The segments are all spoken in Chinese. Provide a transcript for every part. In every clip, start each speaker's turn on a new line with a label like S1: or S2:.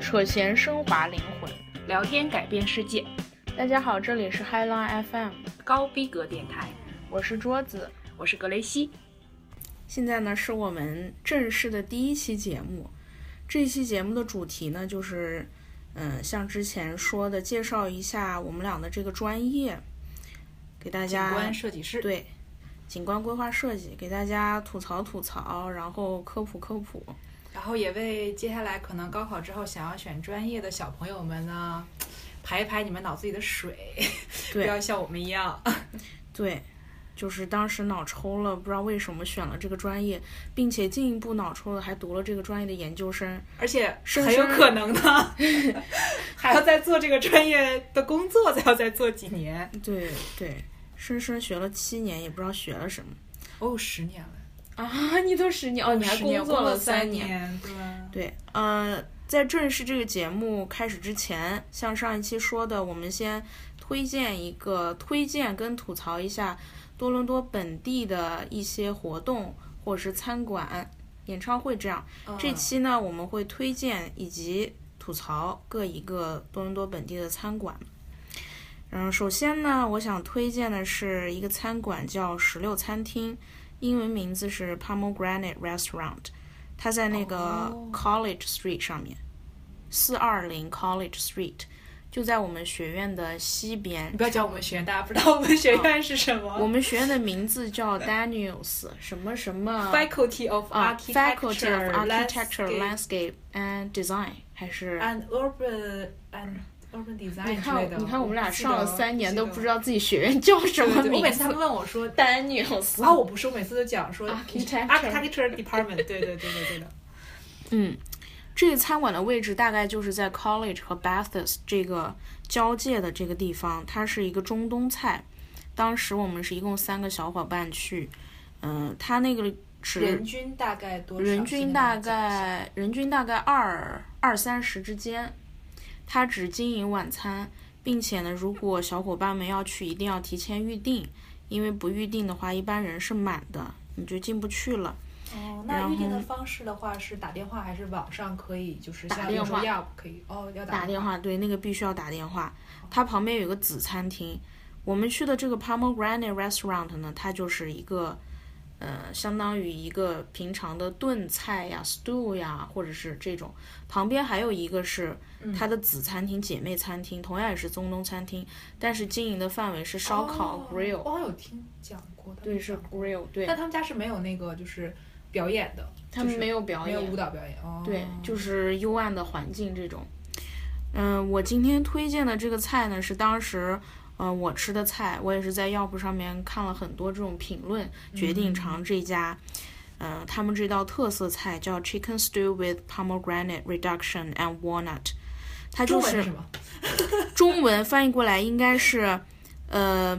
S1: 扯闲升华灵魂。
S2: 聊天改变世界，
S1: 大家好，这里是 High Line FM，
S2: 高逼格电台，
S1: 我是桌子。
S2: 我是格雷西。
S1: 现在呢，是我们正式的第一期节目。这一期节目的主题呢，就是，嗯、像之前说的，介绍一下我们俩的这个专业，给大
S2: 景
S1: 家
S2: 观设计师，
S1: 对，景观规划设计，给大家吐槽吐槽，然后科普科普。
S3: 然后也为接下来可能高考之后想要选专业的小朋友们呢，排一排你们脑子里的水，不
S1: 对
S3: 要像我们一样。
S1: 对，就是当时脑抽了，不知道为什么选了这个专业，并且进一步脑抽了，还读了这个专业的研究生。
S3: 而且
S1: 深
S3: 很有
S1: 深
S3: 可能 呢，还要再做这个专业的工作，再要再做几年，
S1: 对对，深深学了七年，也不知道学了什么
S3: 哦，十年了，
S1: 啊！你都十年哦，你还
S3: 十年
S1: 工作了
S3: 三
S1: 年。
S3: 年，对吧？
S1: 对，呃，在正式这个节目开始之前，像上一期说的，我们先推荐一个推荐跟吐槽一下多伦多本地的一些活动或者是餐馆、演唱会这样。这期呢，我们会推荐以及吐槽各一个多伦多本地的餐馆。嗯，首先呢，我想推荐的是一个餐馆叫十六餐厅，英文名字是 Pomegranate Restaurant，它在那个
S3: 哦
S1: College Street 上面，四二零 College Street，就在我们学院的西边
S3: 你。不要讲我们学院，大家不知道我们学院是什
S1: 我
S2: 嗯
S3: 么。
S1: 们学院的名字叫 Daniels 什么什么
S2: 嗯
S3: Faculty of
S1: 啊 Faculty
S3: Architecture,
S1: of Architecture,
S3: Landscape
S1: Landscape and Design 还是
S3: and Urban and Urban Design
S1: 你
S3: 之类
S1: 看
S3: 的。
S1: 你看我们俩上了三年都不知
S3: 道
S1: 道自己学院叫什么
S3: 我
S1: 名
S3: 每次他
S1: 字哦
S3: 们。问我说
S1: 丹尼尔斯
S3: 啊，我不是，我每次都讲说
S1: Architecture
S3: architecture department，对对对对对的。
S1: 嗯，这个餐馆的位置大概就是在 College 和 Bathurst 这个交界的这个地方，它是一个中东菜。当时我们是一共三个小伙伴去，嗯、它那个只
S3: 人均大概多少？
S1: 人均大
S3: 现在能讲一下
S1: 概人均大概二二三十之间，它只经营晚餐，并且呢，如果小伙伴们要去，一定要提前预定，因为不预定的话，一般人是满的，你就进不去了。
S3: 哦，
S1: 然
S3: 那
S1: 后
S3: 预定的方式的话是打电话还是网上可以？就是
S1: 打
S3: 像
S1: 电
S3: 有时候
S1: 话
S3: Yelp 可以哦，要
S1: 打电话，对，那个必须要打电话。它旁边有个子餐厅，我们去的这个 Pomegranate Restaurant 呢，它就是一个，呃，相当于一个平常的炖菜呀、stew 呀，或者是这种。旁边还有一个是
S3: 嗯
S1: 它的子餐厅、姐妹餐厅，同样也是中东餐厅，但是经营的范围是烧烤、
S3: 哦
S1: grill，
S3: 我好像有听讲过。他们
S1: 对，是
S3: 讲过
S1: grill，对
S3: 但，他们家是没有那个就是表演的，
S1: 他们
S3: 就是
S1: 没有表
S3: 没有
S1: 演，
S3: 舞蹈表演哦。
S1: 对，就是幽暗的环境这种。嗯、我今天推荐的这个菜呢，是当时，呃，我吃的菜，我也是在药铺上面看了很多这种评论，决定尝这家。嗯、他们这道特色菜叫 Chicken Stew with Pomegranate Reduction and Walnut，它就
S3: 中文是
S1: 是
S3: 什么？
S1: 中文翻译过来应该是，呃，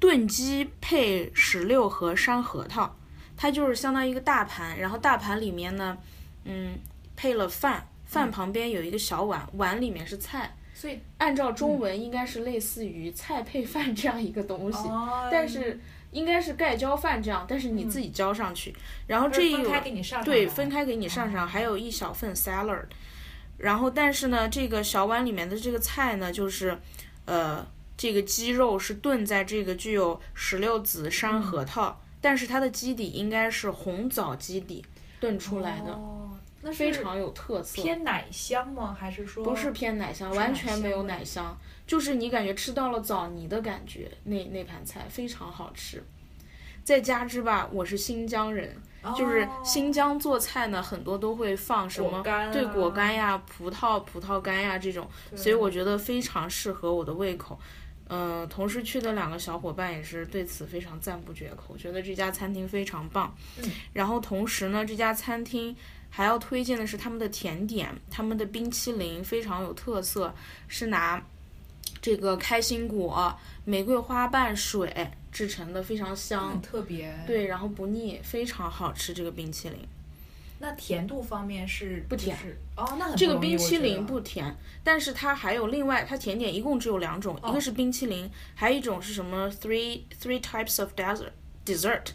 S1: 炖鸡配石榴和山核桃，它就是相当于一个大盘，然后大盘里面呢，嗯，配了饭，饭旁边有一个小碗，碗里面是菜。
S3: 所以
S1: 按照中文应该是类似于菜配饭这样一个东西，
S3: 哦，
S1: 但是应该是盖浇饭这样，但是你自己浇上去，然后
S3: 它是
S1: 这一
S3: 分
S1: 碗
S3: 开给你上嗯上
S1: 对，
S3: 来
S1: 分开给你上上，还有一小份 salad。然后，但是呢，这个小碗里面的这个菜呢，就是，呃，这个鸡肉是炖在这个具有石榴籽、山
S3: 嗯
S1: 核桃，但是它的基底应该是红枣基底炖出来的，
S3: 哦，那是
S1: 非常有特色。
S3: 偏奶香吗？还是说
S1: 不是偏奶香，
S3: 是
S1: 完
S3: 奶
S1: 全没
S3: 香
S1: 有
S3: 味
S1: 奶香，就是你感觉吃到了枣泥的感觉。那那盘菜非常好吃，再加之吧，我是新疆人，就是
S3: 哦
S1: 新疆做菜呢，很多都会放什
S3: 果
S1: 么
S3: 干
S1: 对果
S3: 啊
S1: 干呀、葡萄、葡萄干呀这种，所以我觉得非常适合我的胃口。嗯、同时去的两个小伙伴也是对此非常赞不绝口，觉得这家餐厅非常棒。
S3: 嗯、
S1: 然后同时呢，这家餐厅还要推荐的是他们的甜点，他们的冰淇淋非常有特色，是拿这个开心果、玫瑰花瓣水制成的，非常香。
S3: 很特别。
S1: 对，然后不腻，非常好吃这个冰淇淋。
S3: 那甜度方面是
S1: 不甜
S3: 就是哦，那很
S1: 这
S3: 不
S1: 个
S3: 容易
S1: 冰淇
S3: 我
S1: 淋
S3: 觉得
S1: 不甜，但是它还有另外，它甜点一共只有两种，
S3: 哦
S1: 一个是冰淇淋，还有一种是什么 three three types of dessert dessert，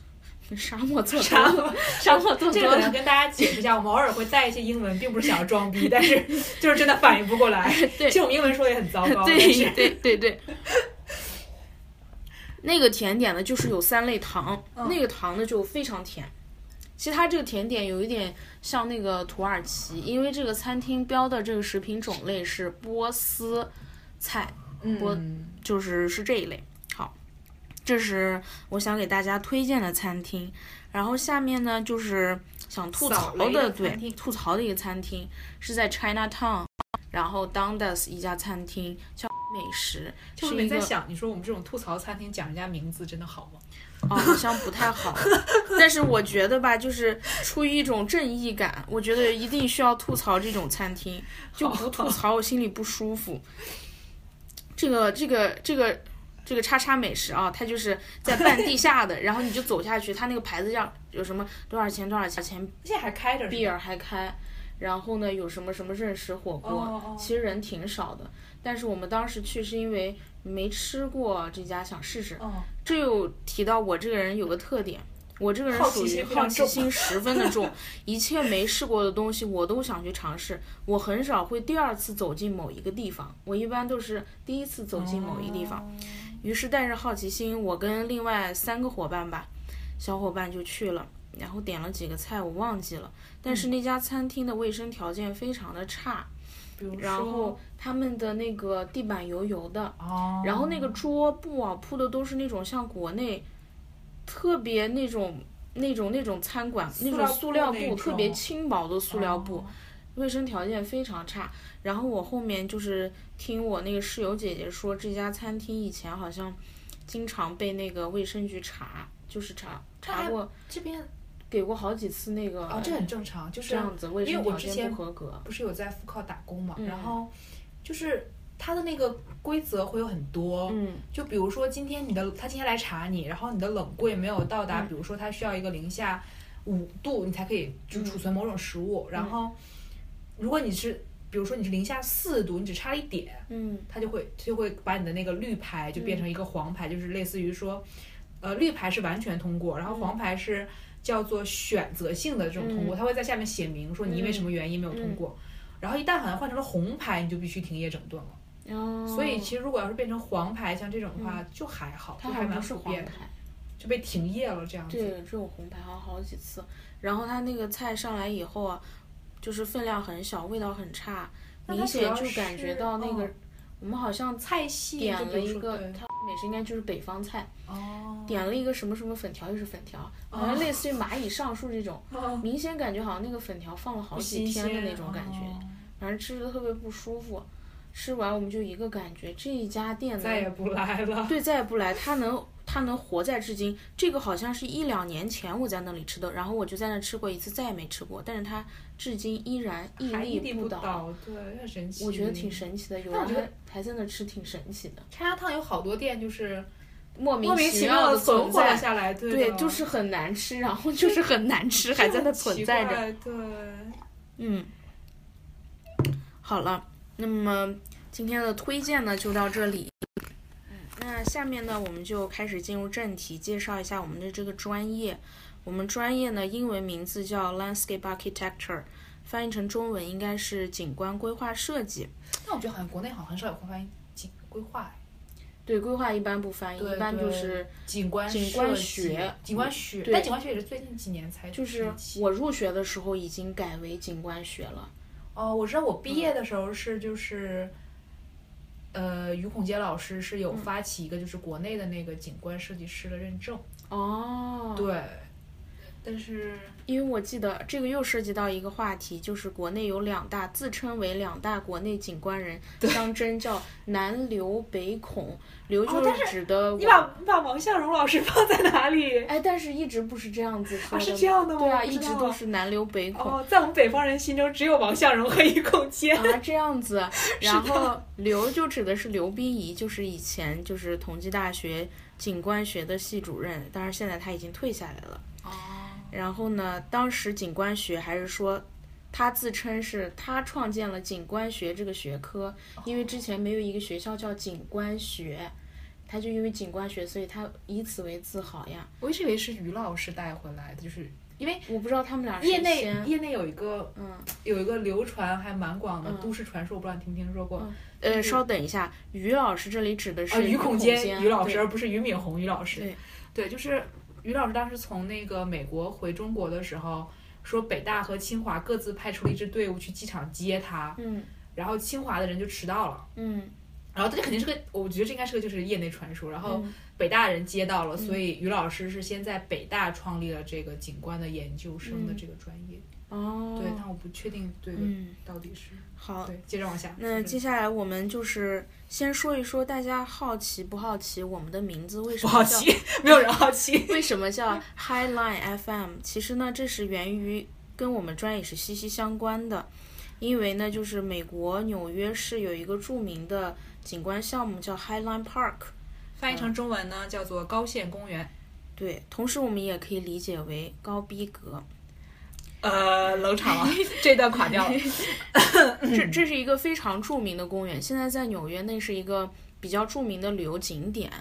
S1: 沙漠做多
S3: 沙
S1: 了，沙漠做
S3: 这
S1: 多
S3: 个可能
S1: 了。
S3: 跟大家解释一下，我们偶尔会带一些英文，并不是想要装逼，但是就是真的反应不过来。
S1: 对
S3: 其实我们英文说的也 很糟糕，但
S1: 对
S3: 是
S1: 对对对。那个甜点呢，就是有三类糖，
S3: 嗯
S1: 那个糖呢就非常甜。其实它这个甜点有一点像那个土耳其，因为这个餐厅标的这个食品种类是波斯菜，
S3: 嗯，
S1: 就是是这一类。好，这是我想给大家推荐的餐厅。然后下面呢，就是想吐槽
S3: 扫雷的
S1: 对
S3: 餐厅
S1: 吐槽的一个餐厅是在 China Town，然后 Dundas 一家餐厅叫美食，
S3: 就是我
S1: 一
S3: 们在
S1: 个
S3: 想，你说我们这种吐槽餐厅讲人家名字真的好吗？
S1: 哦，好像不太好。但是我觉得吧，就是出于一种正义感，我觉得一定需要吐槽这种餐厅，就不吐槽我心里不舒服。这个这个这个这个叉叉美食啊，它就是在半地下的，然后你就走下去，它那个牌子上有什么多少钱多少钱
S3: 现在还开着是吧
S1: 比尔还开，然后呢有什么什么认识火锅，
S3: 哦哦
S1: 其实人挺少的，但是我们当时去是因为没吃过这家，想试试。
S3: 哦
S1: 这又提到我这个人有个特点，我这个人
S3: 好奇
S1: 属于
S3: 心非常
S1: 好奇
S3: 重
S1: 心十分的重，一切没试过的东西我都想去尝试。我很少会第二次走进某一个地方，我一般都是第一次走进某一个地方。于是带着好奇心，我跟另外三个伙伴吧，小伙伴就去了。然后点了几个菜，我忘记了，但是那家餐厅的卫生条件非常的差，
S3: 比如说
S1: 然后他们的那个地板油油的，
S3: 哦，
S1: 然后那个桌布啊铺的都是那种像国内特别那种那种那种餐馆那
S3: 料
S1: 种
S3: 布
S1: 塑料
S3: 那
S1: 布，
S3: 种哦
S1: 特别轻薄的塑料布，卫生条件非常差。然后我后面就是听我那个室友姐姐说，这家餐厅以前好像经常被那个卫生局查，就是查查过，
S3: 这边
S1: 给过好几次那个
S3: 哦，这很正常，就是
S1: 这样子卫
S3: 因
S1: 生
S3: 为我
S1: 条
S3: 之
S1: 件
S3: 前
S1: 不合格。
S3: 不是有在复考打工嘛，
S1: 嗯
S3: 然后就是它的那个规则会有很多，
S1: 嗯
S3: 就比如说今天你的他今天来查你，然后你的冷柜没有到达，
S1: 嗯
S3: 比如说它需要一个零下五度你才可以
S1: 嗯
S3: 就储存某种食物，然后如果你是比如说你是零下四度，你只差一点，
S1: 嗯
S3: 它就会它就会把你的那个绿牌就变成一个黄
S1: 嗯
S3: 牌，就是类似于说，呃，绿牌是完全通过，然后
S1: 嗯
S3: 黄牌是叫做选择性的这种通过，它会在下面写明说你因为什么原因没有通过。
S1: 嗯
S3: 然后一旦好像换成了红牌，你就必须停业整顿了。
S1: 哦，嗯
S3: 所以其实如果要是变成黄牌，像这种的话就还好，
S1: 它
S3: 就
S1: 还
S3: 蛮
S1: 不是
S3: 普
S1: 黄
S3: 遍的，
S1: 牌。
S3: 就被停业了这样
S1: 对
S3: 子。，
S1: 这种红牌好像好几次。然后它那个菜上来以后啊，就是分量很小，味道很差，
S3: 那
S1: 明
S3: 它主
S1: 显
S3: 要
S1: 就感觉
S3: 是
S1: 到那个、
S3: 嗯
S1: 我们好像
S3: 菜系
S1: 点
S3: 就
S1: 了
S3: 比如
S1: 一
S3: 说
S1: 个
S3: 对，
S1: 它美食应该就是北方菜，
S3: 哦，
S1: 点了一个什么什么粉条，又是粉条，好像类似于蚂蚁上树这种，
S3: 哦
S1: 明显感觉好像那个粉条放了好
S3: 不
S1: 几
S3: 新
S1: 天
S3: 鲜
S1: 的那种感觉，
S3: 哦
S1: 反正吃着特别不舒服。吃完我们就一个感觉，这一家店
S3: 再
S1: 能
S3: 也不来了。
S1: 对，再也不来。他能他能活在至今，这个好像是一两年前我在那里吃的，然后我就在那吃过一次，再也没吃过。但是他至今依然屹
S3: 还屹
S1: 立
S3: 立
S1: 不
S3: 不
S1: 倒，
S3: 倒，对，很神奇。
S1: 我觉得挺神奇的。有
S3: 但我
S1: 人
S3: 觉
S1: 还还在那吃，挺神奇的，
S3: 叉烧烫有好多店就是
S1: 莫
S3: 莫名
S1: 其
S3: 妙
S1: 的
S3: 的存活了
S1: 在。
S3: 下来，对哦
S1: 对，
S3: 的
S1: 就是很难吃，然后就是很难 吃，还在那存在着。
S3: 着，对，
S1: 嗯，好了，那么今天的推荐呢就到这里。嗯，那下面呢我们就开始进入正题，介绍一下我们的这个专业。我们专业呢英文名字叫 Landscape Architecture，翻译成中文应该是景观规划设计。
S3: 但我觉得好像国内好像很少有规划景规划，
S1: 对，规划一般不翻译，一
S3: 对
S1: 般就
S3: 对
S1: 是
S3: 景观
S1: 景
S3: 设
S1: 观
S3: 计
S1: 学
S3: 景观学，
S1: 对
S3: 但景观学也是最近几年才
S1: 就是
S3: 兴起
S1: 我入学的时候已经改为景观学了。
S3: 哦，我知道我毕业的时候是就是。呃，于孔杰老师是有发起一个就是国内的那个景观设计师的认证，
S1: 哦，
S3: 对，但是
S1: 因为我记得这个又涉及到一个话题，就是国内有两大自称为两大国内景观 人相争，叫南刘北孔。刘
S3: 哦
S1: 就
S3: 但
S1: 是指的我，
S3: 你把你把王向荣老师放在哪里？
S1: 哎，但是一直不是这样子说
S3: 啊，
S1: 的，
S3: 是这样的吗？
S1: 对啊，
S3: 我不
S1: 一
S3: 知
S1: 直
S3: 道
S1: 都
S3: 啊
S1: 是南刘北 孔、
S3: 哦，在我们北方人心中，只有王向荣和一口煎。
S1: 啊，这样 子。然后刘就指的是刘冰怡，就是以前就是同济大学景观学的系主任，当然现在他已经退下来了。
S3: 哦，
S1: 然后呢，当时景观学还是说，他自称是他创建了景观学这个学科，因为之前没有一个学校叫景观学，他就因为景观学，所以他以此为自豪呀。
S3: 我一直以为是于老师带回来的，就是因为
S1: 我不知道他们俩谁
S3: 业内
S1: 先，
S3: 业内有一个
S1: 嗯，
S3: 有一个流传还蛮广的
S1: 嗯
S3: 都市传说，我不知道你听没听说过
S1: 嗯呃，稍等一下，于老师这里指的
S3: 啊？
S1: 是
S3: 于
S1: 孔
S3: 坚于老
S1: 对
S3: 师，而不是俞敏洪于老师。
S1: 对
S3: 对，就是于老师当时从那个美国回中国的时候，说北大和清华各自派出了一支队伍去机场接他，
S1: 嗯
S3: 然后清华的人就迟到了。
S1: 嗯，
S3: 然后这肯定是个，我觉得这应该是个就是业内传说。然后
S1: 嗯
S3: 北大人接到了，所以于老师是先在北大创立了这个景观的研究生的
S1: 嗯
S3: 这个专业。
S1: 哦，
S3: 对，但我不确定对的
S1: 嗯，
S3: 到底是。
S1: 好，
S3: 对，接着往下。
S1: 那
S3: 嗯
S1: 接下来我们就是先说一说大家好奇不好奇我们的名字为什
S3: 不
S1: 么
S3: 好
S1: 叫
S3: 奇，没有人好奇。
S1: 为什么叫 Highline FM？其实呢，这是源于跟我们专业是息息相关的，因为呢，就是美国纽约市有一个著名的景观项目叫 Highline Park，
S3: 翻译成中文呢，叫做高线公园。
S1: 对，同时我们也可以理解为高逼格。
S3: 呃，冷场了，这段 垮掉了。
S1: 这这是一个非常著名的公园，现在在纽约那是一个比较著名的旅游景点。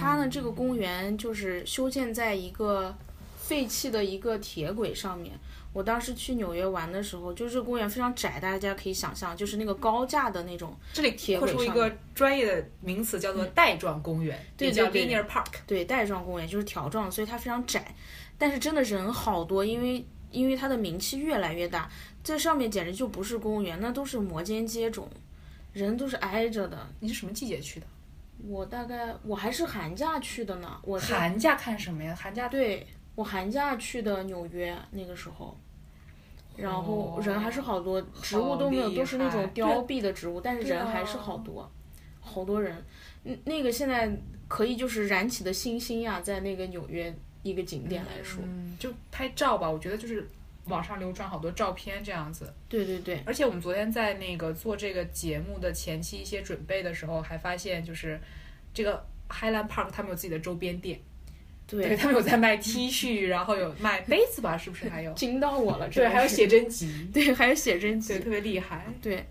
S1: 它呢，这个公园就是修建在一个废弃的一个铁轨上面。我当时去纽约玩的时候，就是这个公园非常窄，大家可以想象，就是那个高架的那种。
S3: 这里
S1: 铁
S3: 扩
S1: 轨
S3: 出一
S1: 上嗯
S3: 个专业的名词，叫做带状公园，
S1: 对
S3: 也叫
S1: 对对
S3: linear park。
S1: 对，带状公园就是条状，所以它非常窄，但是真的人好多，因为因为它的名气越来越大，这上面简直就不是公园，那都是摩肩接踵，人都是挨着的。
S3: 你是什么季节去的？
S1: 我大概我还是寒假去的呢，我是
S3: 寒假看什么呀？寒假
S1: 对我寒假去的纽约那个时候，然后
S3: 哦
S1: 人还是好多，植物都没有，
S3: 厉
S1: 都是那
S3: 害
S1: 种凋敝的植物，但是
S3: 对
S1: 人还是
S3: 啊
S1: 好多，好多人。嗯，那个现在可以就是燃起的星星呀，在那个纽约一个景点来说，
S3: 嗯，就拍照吧。我觉得就是网上流传好多照片这样子。
S1: 对对对，
S3: 而且我们昨天在那个做这个节目的前期一些准备的时候，还发现就是这个 Highland Park 他们有自己的周边店，
S1: 对，
S3: 他们有在卖 T 恤，然后有卖杯子吧，是不是还有？
S1: 惊到我了，真
S3: 哎 对，
S1: 的
S3: 还有
S1: 是，
S3: 写真集，
S1: 对，还有写真
S3: 对，
S1: 集，
S3: 特别厉害。
S1: 对，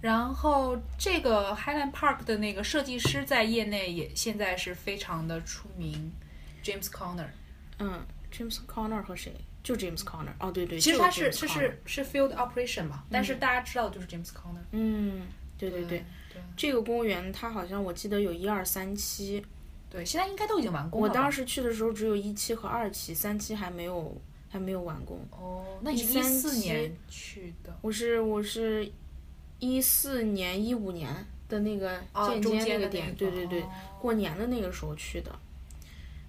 S3: 然后这个 Highland Park 的那个设计师在业内也现在是非常的出名，James Conner。
S1: 嗯，James Conner 和谁？就 James Conner，哦，对对，
S3: 其实
S1: 就
S3: 他是
S1: James
S3: 是
S1: Conner
S3: 是是 Field Operation 嘛，但是大家知道的就是 James Conner。
S1: 嗯，对对对
S3: 对，对
S1: 这个公园它好像我记得有一二三期，
S3: 对，现在应该都已经完工
S1: 我
S3: 了吧。
S1: 当时去的时候只有一期和二期，三期还没有还没有完工。
S3: 哦，那你是
S1: 13
S3: 一四
S1: 期
S3: 年去的
S1: 我是我是一四年一五年的那个
S3: 哦，
S1: 间
S3: 中
S1: 接
S3: 间
S1: 那
S3: 的
S1: 个点，
S3: 那
S1: 对对对，
S3: 哦
S1: 过年的那个时候去的，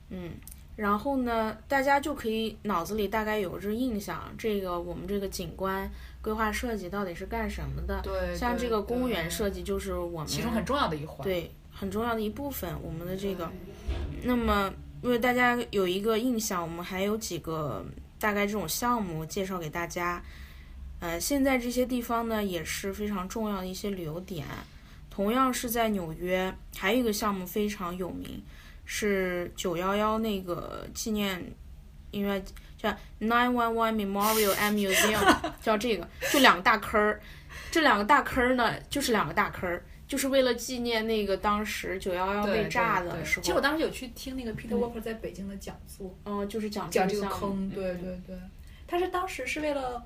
S1: 嗯，然后呢，大家就可以脑子里大概有这印象，这个我们这个景观规划设计到底是干什么的？
S3: 对，
S1: 像
S3: 对
S1: 这个公
S3: 对
S1: 园设计就是我们
S3: 其中很重要的一环。
S1: 对很重要的一部分，我们的这个
S3: 对。
S1: 那么，为大家有一个印象，我们还有几个大概这种项目介绍给大家。呃，现在这些地方呢也是非常重要的一些旅游点。同样是在纽约，还有一个项目非常有名，是九幺幺那个纪念，应该叫 Nine One One Memorial and Museum，叫这个，就两个大坑儿。这两个大坑儿呢，就是两个大坑儿，就是为了纪念那个当时九幺幺
S3: 对
S1: 被
S3: 对
S1: 炸
S3: 对
S1: 的时候。
S3: 其实我当时有去听那个 Peter Walker 在北京的讲座，
S1: 嗯，就是讲
S3: 讲这
S1: 个
S3: 个
S1: 项目
S3: 坑，对。
S1: 嗯
S3: 对对。他是当时是为了，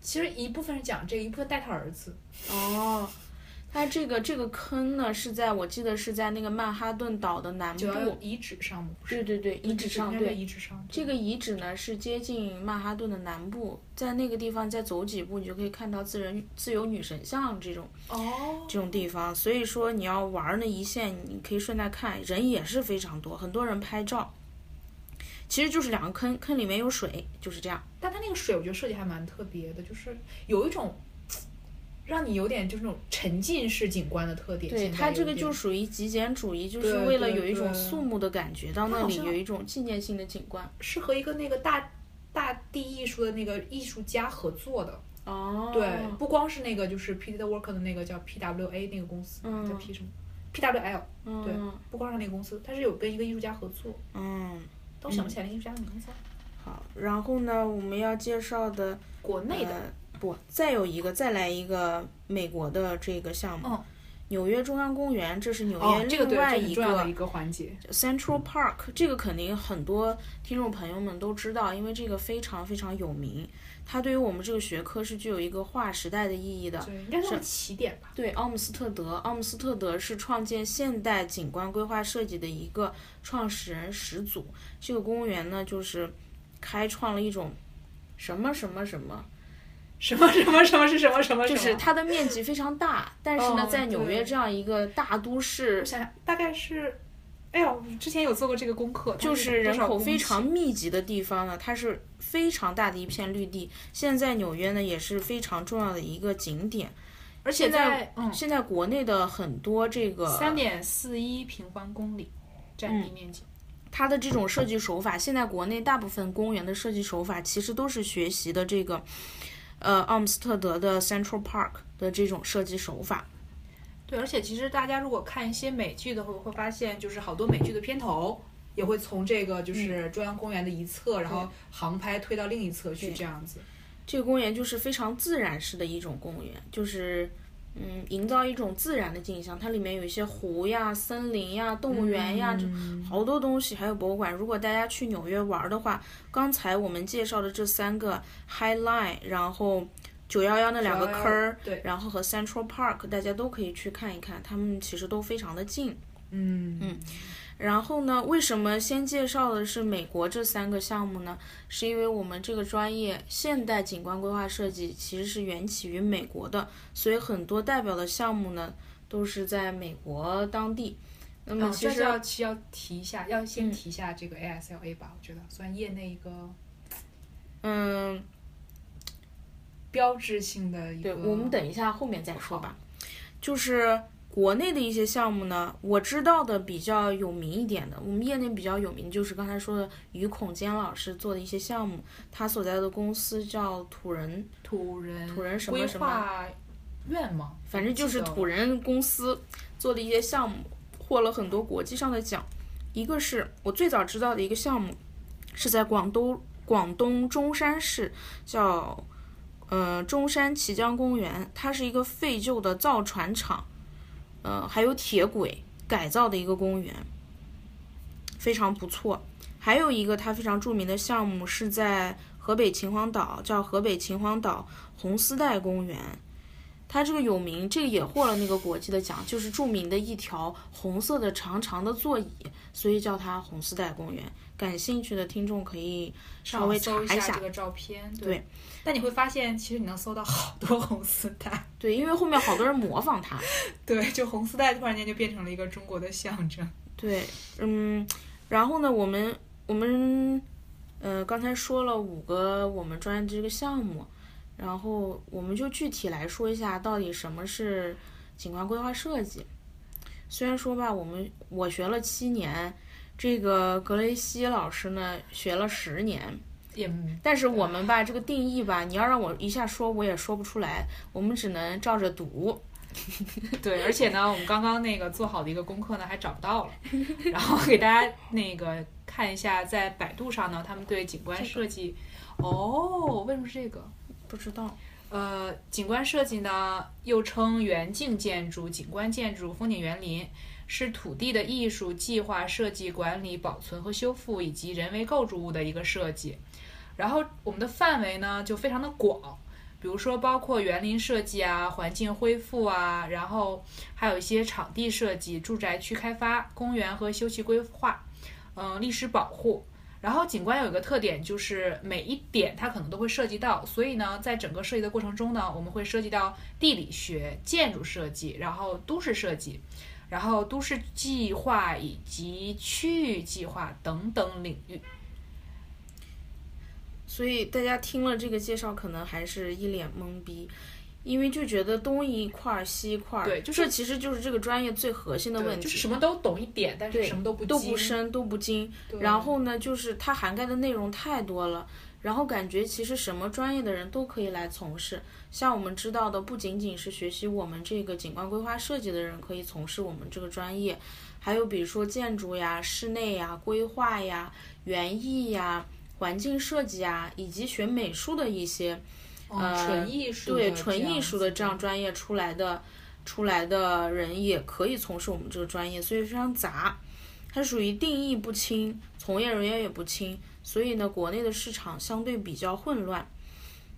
S3: 其实一部分是讲这个，一部分带他儿子。
S1: 哦，它这个这个坑呢，是在我记得是在那个曼哈顿岛的南
S3: 九幺
S1: 部。
S3: 遗址上嘛，不是
S1: 对对对，遗址上
S3: 应该是
S1: 对。
S3: 遗址上。
S1: 这个遗址呢是接近曼哈顿的南部，在那个地方再走几步，你就可以看到自人自由女神像这种
S3: 哦，
S1: 这种地方。所以说你要玩儿那一线，你可以顺带看，人也是非常多，很多人拍照。其实就是两个坑，坑里面有水，就是这样。
S3: 但他那个水我觉得设计还蛮特别的，就是有一种让你有点就是那种沉浸式景观的特点。
S1: 对
S3: 现在
S1: 它这
S3: 有
S1: 个
S3: 点
S1: 就属于极简主义，就
S3: 对
S1: 是为了
S3: 对
S1: 有一种
S3: 对
S1: 肃穆的感觉，到
S3: 它
S1: 那
S3: 好
S1: 里
S3: 像
S1: 有一种纪念性的景观。
S3: 是和一个那个大大地艺术的那个艺术家合作的。
S1: 哦，
S3: 对，不光是那个就是 Peter Walker 的那个叫 PWA 那个公司、
S1: 嗯
S3: 叫 P 什么 PWL，对
S1: 嗯
S3: 不光是那个公司，它是有跟一个艺术家合作，
S1: 嗯，
S3: 但我想不起来那艺术家的名字了。
S1: 好。然后呢，我们要介绍的
S3: 国内的，
S1: 呃、不，再有一个，再来一个美国的这个项目，
S3: 嗯
S1: 纽约中央公园，这是纽
S3: 哦
S1: 约，
S3: 这个
S1: 另
S3: 对，
S1: 外
S3: 这很
S1: 一
S3: 重要的
S1: 个
S3: 一个环节。
S1: Central Park，这个肯定很多听众朋友们都知道，因为这个非常非常有名，它对于我们这个学科是具有一个划时代的意义的。
S3: 对，应该算是起点吧。
S1: 对，奥姆斯特德，奥姆斯特德是创建现代景观规划设计的一个创始人始祖。这个公园呢，就是开创了一种什么什么什么，
S3: 什么什么什么是什么什么什
S1: 就
S3: 么？
S1: 是它的面积非常大，但是呢，
S3: 哦
S1: 在纽约
S3: 对
S1: 这样一个大都市
S3: 我，想想，大概是，哎呀，我之前有做过这个功课，它
S1: 就是人
S3: 多少
S1: 口
S3: 公
S1: 非
S3: 顷
S1: 常密集的地方呢，它是非常大的一片绿地。现在纽约呢，也是非常重要的一个景点。
S3: 而且
S1: 现在
S3: 在嗯
S1: 现在国内的很多这个
S3: 三点四一平方公里
S1: 嗯
S3: 占地面积，
S1: 它的这种设计手法，现在国内大部分公园的设计手法其实都是学习的这个，呃，奥姆斯特德的 Central Park 的这种设计手法。
S3: 对，而且其实大家如果看一些美剧的话，会发现就是好多美剧的片头也会从这个
S1: 嗯
S3: 就是中央公园的一侧，然后航拍推到另一侧去
S1: 对
S3: 这样子。
S1: 这个公园就是非常自然式的一种公园，就是嗯，营造一种自然的景象。它里面有一些湖呀、森林呀、动物园呀，这好多东西，还有博物馆。如果大家去纽约玩的话，刚才我们介绍的这三个 High Line，然后九幺幺那两个
S3: 911
S1: 坑儿，
S3: 对，
S1: 然后和 Central Park，大家都可以去看一看，他们其实都非常的近。
S3: 嗯嗯，
S1: 然后呢，为什么先介绍的是美国这三个项目呢？是因为我们这个专业现代景观规划设计其实是缘起于美国的，所以很多代表的项目呢都是在美国当地。那么
S3: 哦
S1: 其实、
S3: 这要要提一下，要先
S1: 嗯
S3: 提一下这个 ASLA 吧，我觉得算业内一个
S1: 嗯，
S3: 标志性的一
S1: 对
S3: 个。
S1: 我们等一下后面再说吧。嗯就是国内的一些项目呢，我知道的比较有名一点的，我们业内比较有名就是刚才说的于孔坚老师做的一些项目，他所在的公司叫土人，
S3: 土人
S1: 土人什
S3: 规
S1: 么什么，
S3: 划院吗？
S1: 反正就是
S3: 记得
S1: 土人公司做的一些项目，获了很多国际上的奖。一个是我最早知道的一个项目，是在广东广东中山市，叫呃中山綦江公园，它是一个废旧的造船厂，呃还有铁轨改造的一个公园，非常不错。还有一个它非常著名的项目是在河北秦皇岛，叫河北秦皇岛红丝带公园。它这个有名，这个也获了那个国际的奖，就是著名的一条红色的长长的座椅，所以叫它红丝带公园。感兴趣的听众可以稍微查
S3: 上网搜
S1: 一
S3: 一
S1: 下
S3: 这个照片，
S1: 对
S3: 但你会发现，其实你能搜到好多红丝带，
S1: 对，因为后面好多人模仿它。
S3: 对，就红丝带突然间就变成了一个中国的象征。
S1: 对，嗯，然后呢，我们我们呃刚才说了五个我们专业的这个项目，然后我们就具体来说一下到底什么是景观规划设计。虽然说吧，我们我学了七年，这个格雷西老师呢学了十年，
S3: 也
S1: 但是我们吧这个定义吧，你要让我一下说我也说不出来，我们只能照着读。
S3: 对，而且呢，我们刚刚那个做好的一个功课呢，还找不到了，然后给大家那个看一下，在百度上呢，他们对景观设计，哦，为什么是这个？
S1: 不知道，
S3: 呃，景观设计呢，又称园境建筑、景观建筑、风景园林，是土地的艺术计划设计、管理、保存和修复，以及人为构筑物的一个设计。然后我们的范围呢，就非常的广，比如说包括园林设计啊、环境恢复啊，然后还有一些场地设计、住宅区开发、公园和休憩规划，嗯，历史保护，然后景观有一个特点，就是每一点它可能都会涉及到，所以呢，在整个设计的过程中呢，我们会涉及到地理学、建筑设计，然后都市设计，然后都市计划以及区域计划等等领域。
S1: 所以大家听了这个介绍，可能还是一脸懵逼，因为就觉得东一块儿西一块儿，
S3: 对就是
S1: 这其实就是这个专业最核心的问题，
S3: 对，就是什么都懂一点，但是
S1: 对
S3: 什么都不
S1: 都
S3: 精
S1: 不深都不精。
S3: 对
S1: 然后呢，就是它涵盖的内容太多了，然后感觉其实什么专业的人都可以来从事。像我们知道的，不仅仅是学习我们这个景观规划设计的人可以从事我们这个专业，还有比如说建筑呀、室内呀、规划呀、园艺呀、环境设计呀，以及学美术的一些。
S3: 嗯纯艺术的
S1: 对
S3: 这
S1: 纯艺
S3: 样
S1: 术的
S3: 子
S1: 这样专业出来的出来的人也可以从事我们这个专业，所以非常杂，它属于定义不清，从业人员也不清，所以呢，国内的市场相对比较混乱。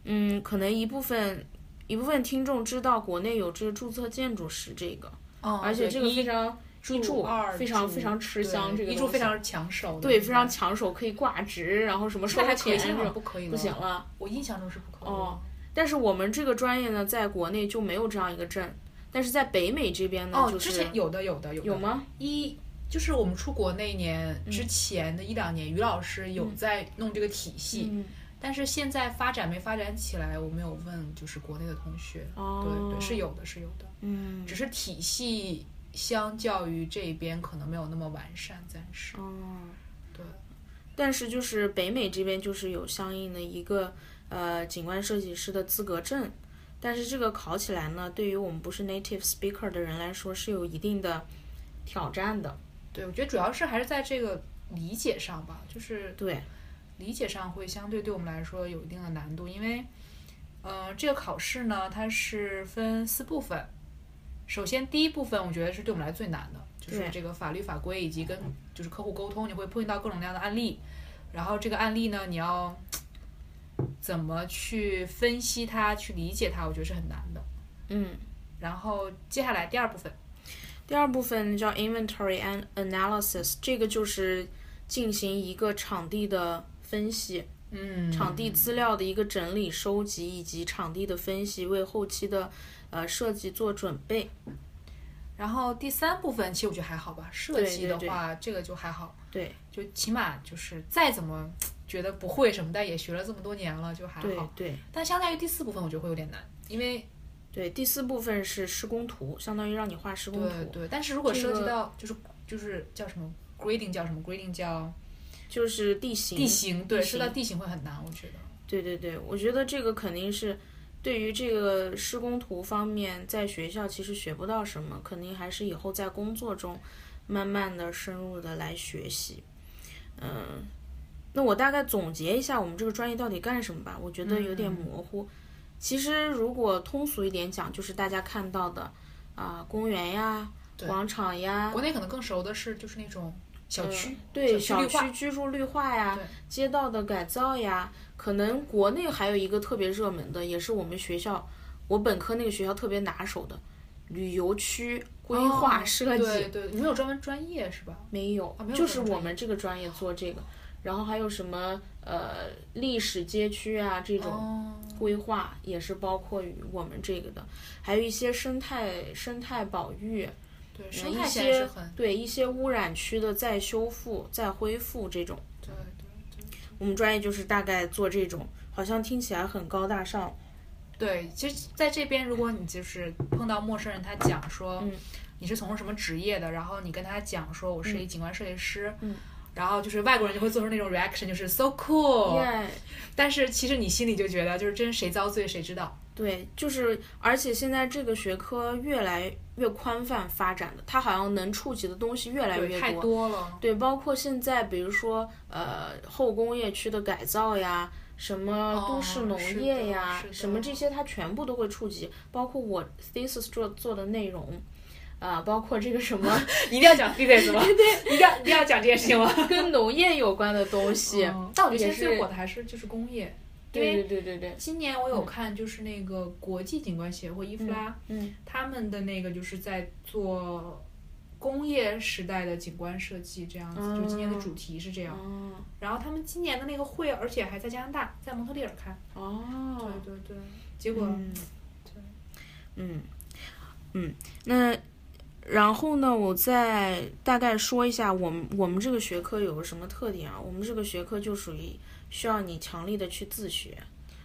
S1: 嗯，可能一部分一部分听众知道国内有这个注册建筑师这个，
S3: 嗯，
S1: 而且
S3: 对
S1: 这个
S3: 一
S1: 非常一
S3: 柱
S1: 柱
S3: 二
S1: 非常
S3: 柱
S1: 非常吃香，
S3: 对
S1: 这个
S3: 一
S1: 东西
S3: 柱非常抢手的，
S1: 对非常抢手，可以挂职，然后什么收
S3: 那还可
S1: 钱
S3: 以，现
S1: 是
S3: 在好像
S1: 吧
S3: 不可以了，
S1: 不行，了。
S3: 我印象中是不可以的
S1: 哦。但是我们这个专业呢，在国内就没有这样一个证，但是在北美这边呢，
S3: 哦，
S1: 就
S3: 之
S1: 是
S3: 前有的有的有的
S1: 有吗？
S3: 一就是我们出国那一年
S1: 嗯
S3: 之前的一两年，于老师有
S1: 嗯
S3: 在弄这个体系，
S1: 嗯，
S3: 但是现在发展没发展起来，我没有问，就是国内的同学，
S1: 哦，
S3: 对对，是，有的，是有的，
S1: 嗯
S3: 只，是体系相较于这边可能没有那么完善，暂时。
S1: 哦，
S3: 对。
S1: 但是就是北美这边就是有相应的一个呃景观设计师的资格证，但是这个考起来呢，对于我们不是 native speaker 的人来说是有一定的挑战的。
S3: 对，我觉得主要是还是在这个理解上吧，就是
S1: 对，
S3: 理解上会相对对我们来说有一定的难度，因为，呃，这个考试呢，它是分四部分。首先，第一部分我觉得是对我们来最难的，就是
S1: 对
S3: 这个法律法规以及跟就是客户沟通，你会碰到各种各样的案例，然后这个案例呢，你要怎么去分析它、去理解它，我觉得是很难的。
S1: 嗯。
S3: 然后接下来第二部分，
S1: 第二部分叫 inventory and analysis，这个就是进行一个场地的分析，
S3: 嗯，
S1: 场地资料的一个整理、收集以及场地的分析，为后期的呃设计做准备。
S3: 然后第三部分其实我觉得还好吧，设
S1: 对
S3: 计的
S1: 对对
S3: 话这个就还好，
S1: 对，
S3: 就起码就是再怎么觉得不会什么，但也学了这么多年了，就还
S1: 对
S3: 好。
S1: 对
S3: 但相当于第四部分，我觉得会有点难，因为
S1: 对，第四部分是施工图，相当于让你画施工
S3: 对
S1: 图，
S3: 对，但是如果
S1: 这
S3: 涉及
S1: 个
S3: 到就是就是叫什么 grading 叫什么 grading 叫
S1: 就是地形。
S3: 地形，对，
S1: 地
S3: 涉及
S1: 形
S3: 到地形会很难，我觉得。
S1: 对对对，我觉得这个肯定是对于这个施工图方面，在学校其实学不到什么，肯定还是以后在工作中慢慢的深入的来学习。嗯，那我大概总结一下我们这个专业到底干什么吧，我觉得有点模糊。其实如果通俗一点讲，就是大家看到的啊、公园呀、
S3: 对
S1: 广场呀。
S3: 国内可能更熟的是就是那种小区，
S1: 对
S3: 小
S1: 小
S3: 区绿化
S1: 区居住绿化呀
S3: 对，
S1: 街道的改造呀，可能国内还有一个特别热门的，也是我们学校，我本科那个学校特别拿手的，旅游区呃规划
S3: 哦
S1: 设计、
S3: 对对，你们有专门专业是吧？
S1: 没有，
S3: 没有
S1: 就
S3: 这
S1: 是
S3: 种专
S1: 我们这个专业做这个，然后还有什么呃历史街区啊这种。
S3: 哦，
S1: 规划也是包括于我们这个的，还有一些生态生态保育，
S3: 对，
S1: 呃
S3: 生
S1: 一
S3: 态现在是
S1: 些
S3: 很
S1: 对一些污染区的再修复、再恢复这种。
S3: 对对
S1: 我们专业就是大概做这种，好像听起来很高大上。
S3: 对，其实在这边，如果你就是碰到陌生人，他讲说
S1: 嗯
S3: 你是从事什么职业的，然后你跟他讲说我是一景观设计师，
S1: 嗯
S3: 然后就是外国人就会做出那种 reaction，就是 so cool，、但是其实你心里就觉得就是真谁遭罪谁知道，
S1: 对，就是，而且现在这个学科越来越宽泛发展的，它好像能触及的东西越来
S3: 对，
S1: 越
S3: 太
S1: 多。
S3: 多了，
S1: 对，包括现在，比如说，呃，后工业区的改造呀，什么
S3: 哦
S1: 都市农
S3: 是的
S1: 业呀
S3: 是，的
S1: 什么这些，它全部都会触及。包括我 thesis 做做的内容，啊、包括这个什么
S3: 一定要讲 t h i s 吗？对，一定要一定要讲这件事情吗？
S1: 跟农业有关的东西。
S3: 嗯但我觉
S1: 也
S3: 得现在最
S1: 是
S3: 火的还是就是工业，因
S1: 对
S3: 为
S1: 对对对对，
S3: 今年我有看就是那个国际景观协会 E 伊夫拉。
S1: 嗯
S3: 他们的那个就是在做工业时代的景观设计，这样子，
S1: 嗯
S3: 就今年的主题是这样。
S1: 哦
S3: 然后他们今年的那个会，而且还在加拿大，在蒙特利尔开。
S1: 哦，
S3: 对对对，结果、
S1: 嗯，嗯，嗯，那然后呢，我再大概说一下我们我们这个学科有个什么特点啊？我们这个学科就属于需要你强力的去自学，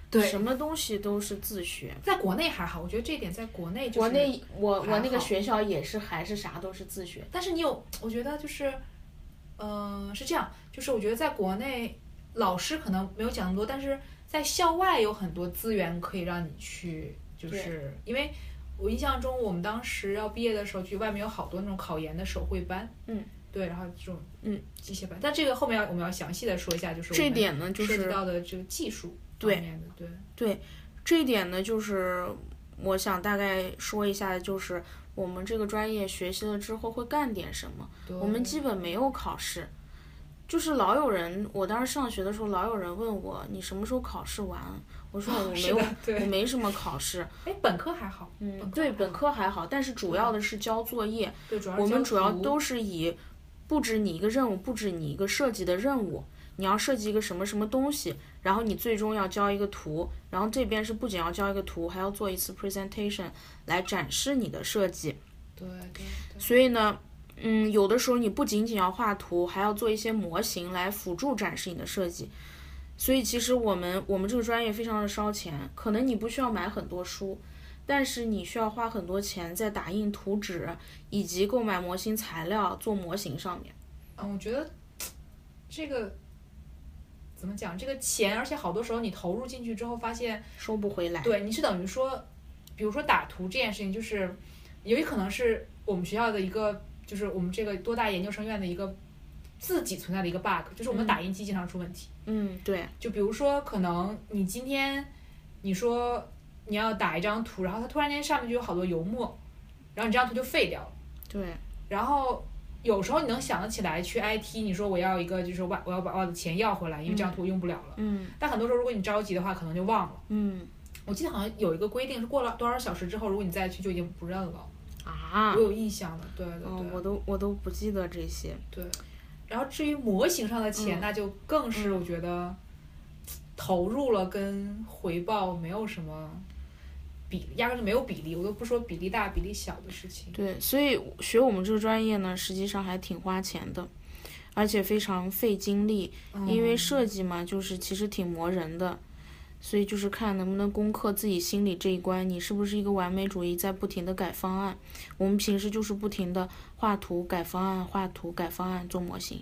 S3: 对
S1: 什么东西都是自学。
S3: 在国内还好，我觉得这一点在国内就是
S1: 国内我
S3: 还
S1: 我那个
S3: 好
S1: 学校也是还是啥都是自学，
S3: 但是你有，我觉得就是，呃，是这样，就是我觉得在国内老师可能没有讲那么多，但是在校外有很多资源可以让你去，就是因为我印象中我们当时要毕业的时候，去外面有好多那种考研的手绘班，
S1: 嗯，
S3: 对，然后这种
S1: 嗯
S3: 机械班，但这个后面要我们要详细的说一下，就是我
S1: 这一
S3: 们
S1: 点呢就
S3: 涉及
S1: 是
S3: 到的这个技术方
S1: 对
S3: 面的，对，
S1: 这一点呢就是我想大概说一下，就是我们这个专业学习了之后会干点什么。我们基本没有考试，就是老有人，我当时上学的时候，老有人问我你什么时候考试完？我说
S3: 哦
S1: 我没有，我没什么考试。
S3: 哎，本科还好，嗯，
S1: 对，本科还好，但是主要的是交作业。
S3: 对，主要
S1: 我
S3: 我
S1: 们主要都是以布置你一个任务，布置你一个设计的任务，你要设计一个什么什么东西，然后你最终要交一个图，然后这边是不仅要交一个图，还要做一次 presentation 来展示你的设计。
S3: 对对对，
S1: 所以呢，嗯，有的时候你不仅仅要画图，还要做一些模型来辅助展示你的设计。所以其实我们我们这个专业非常的烧钱，可能你不需要买很多书，但是你需要花很多钱在打印图纸以及购买模型材料做模型上面。
S3: 嗯，我觉得这个怎么讲？这个钱，而且好多时候你投入进去之后，发现
S1: 收不回来，
S3: 对，你是等于说，比如说打图这件事情，就是有一可能是我们学校的一个，就是我们这个多大研究生院的一个自己存在的一个 bug，就是我们打印机经常出问题。
S1: 嗯，对，
S3: 就比如说，可能你今天你说你要打一张图，然后它突然间上面就有好多油墨，然后你这张图就废掉了。
S1: 对，
S3: 然后有时候你能想得起来去 IT，你说我要一个就是我我要把我的钱要回来，因为这张图用不了了。
S1: 嗯
S3: 但很多时候如果你着急的话，可能就忘了。
S1: 嗯
S3: 我记得好像有一个规定是过了多少小时之后，如果你再去就已经不认了。
S1: 啊
S3: 我，有印象的，对对对。
S1: 哦，我都我都不记得这些。
S3: 然后至于模型上的钱，
S1: 嗯
S3: 那就更是我觉得投入了跟回报没有什么比，压根就没有比例，我都不说比例大比例小的事情。
S1: 对，所以学我们这个专业呢，实际上还挺花钱的，而且非常费精力，因为设计嘛，就是其实挺磨人的，所以就是看能不能攻克自己心里这一关，你是不是一个完美主义，在不停的改方案。我们平时就是不停的画图、改方案、画图、改方案、做模型，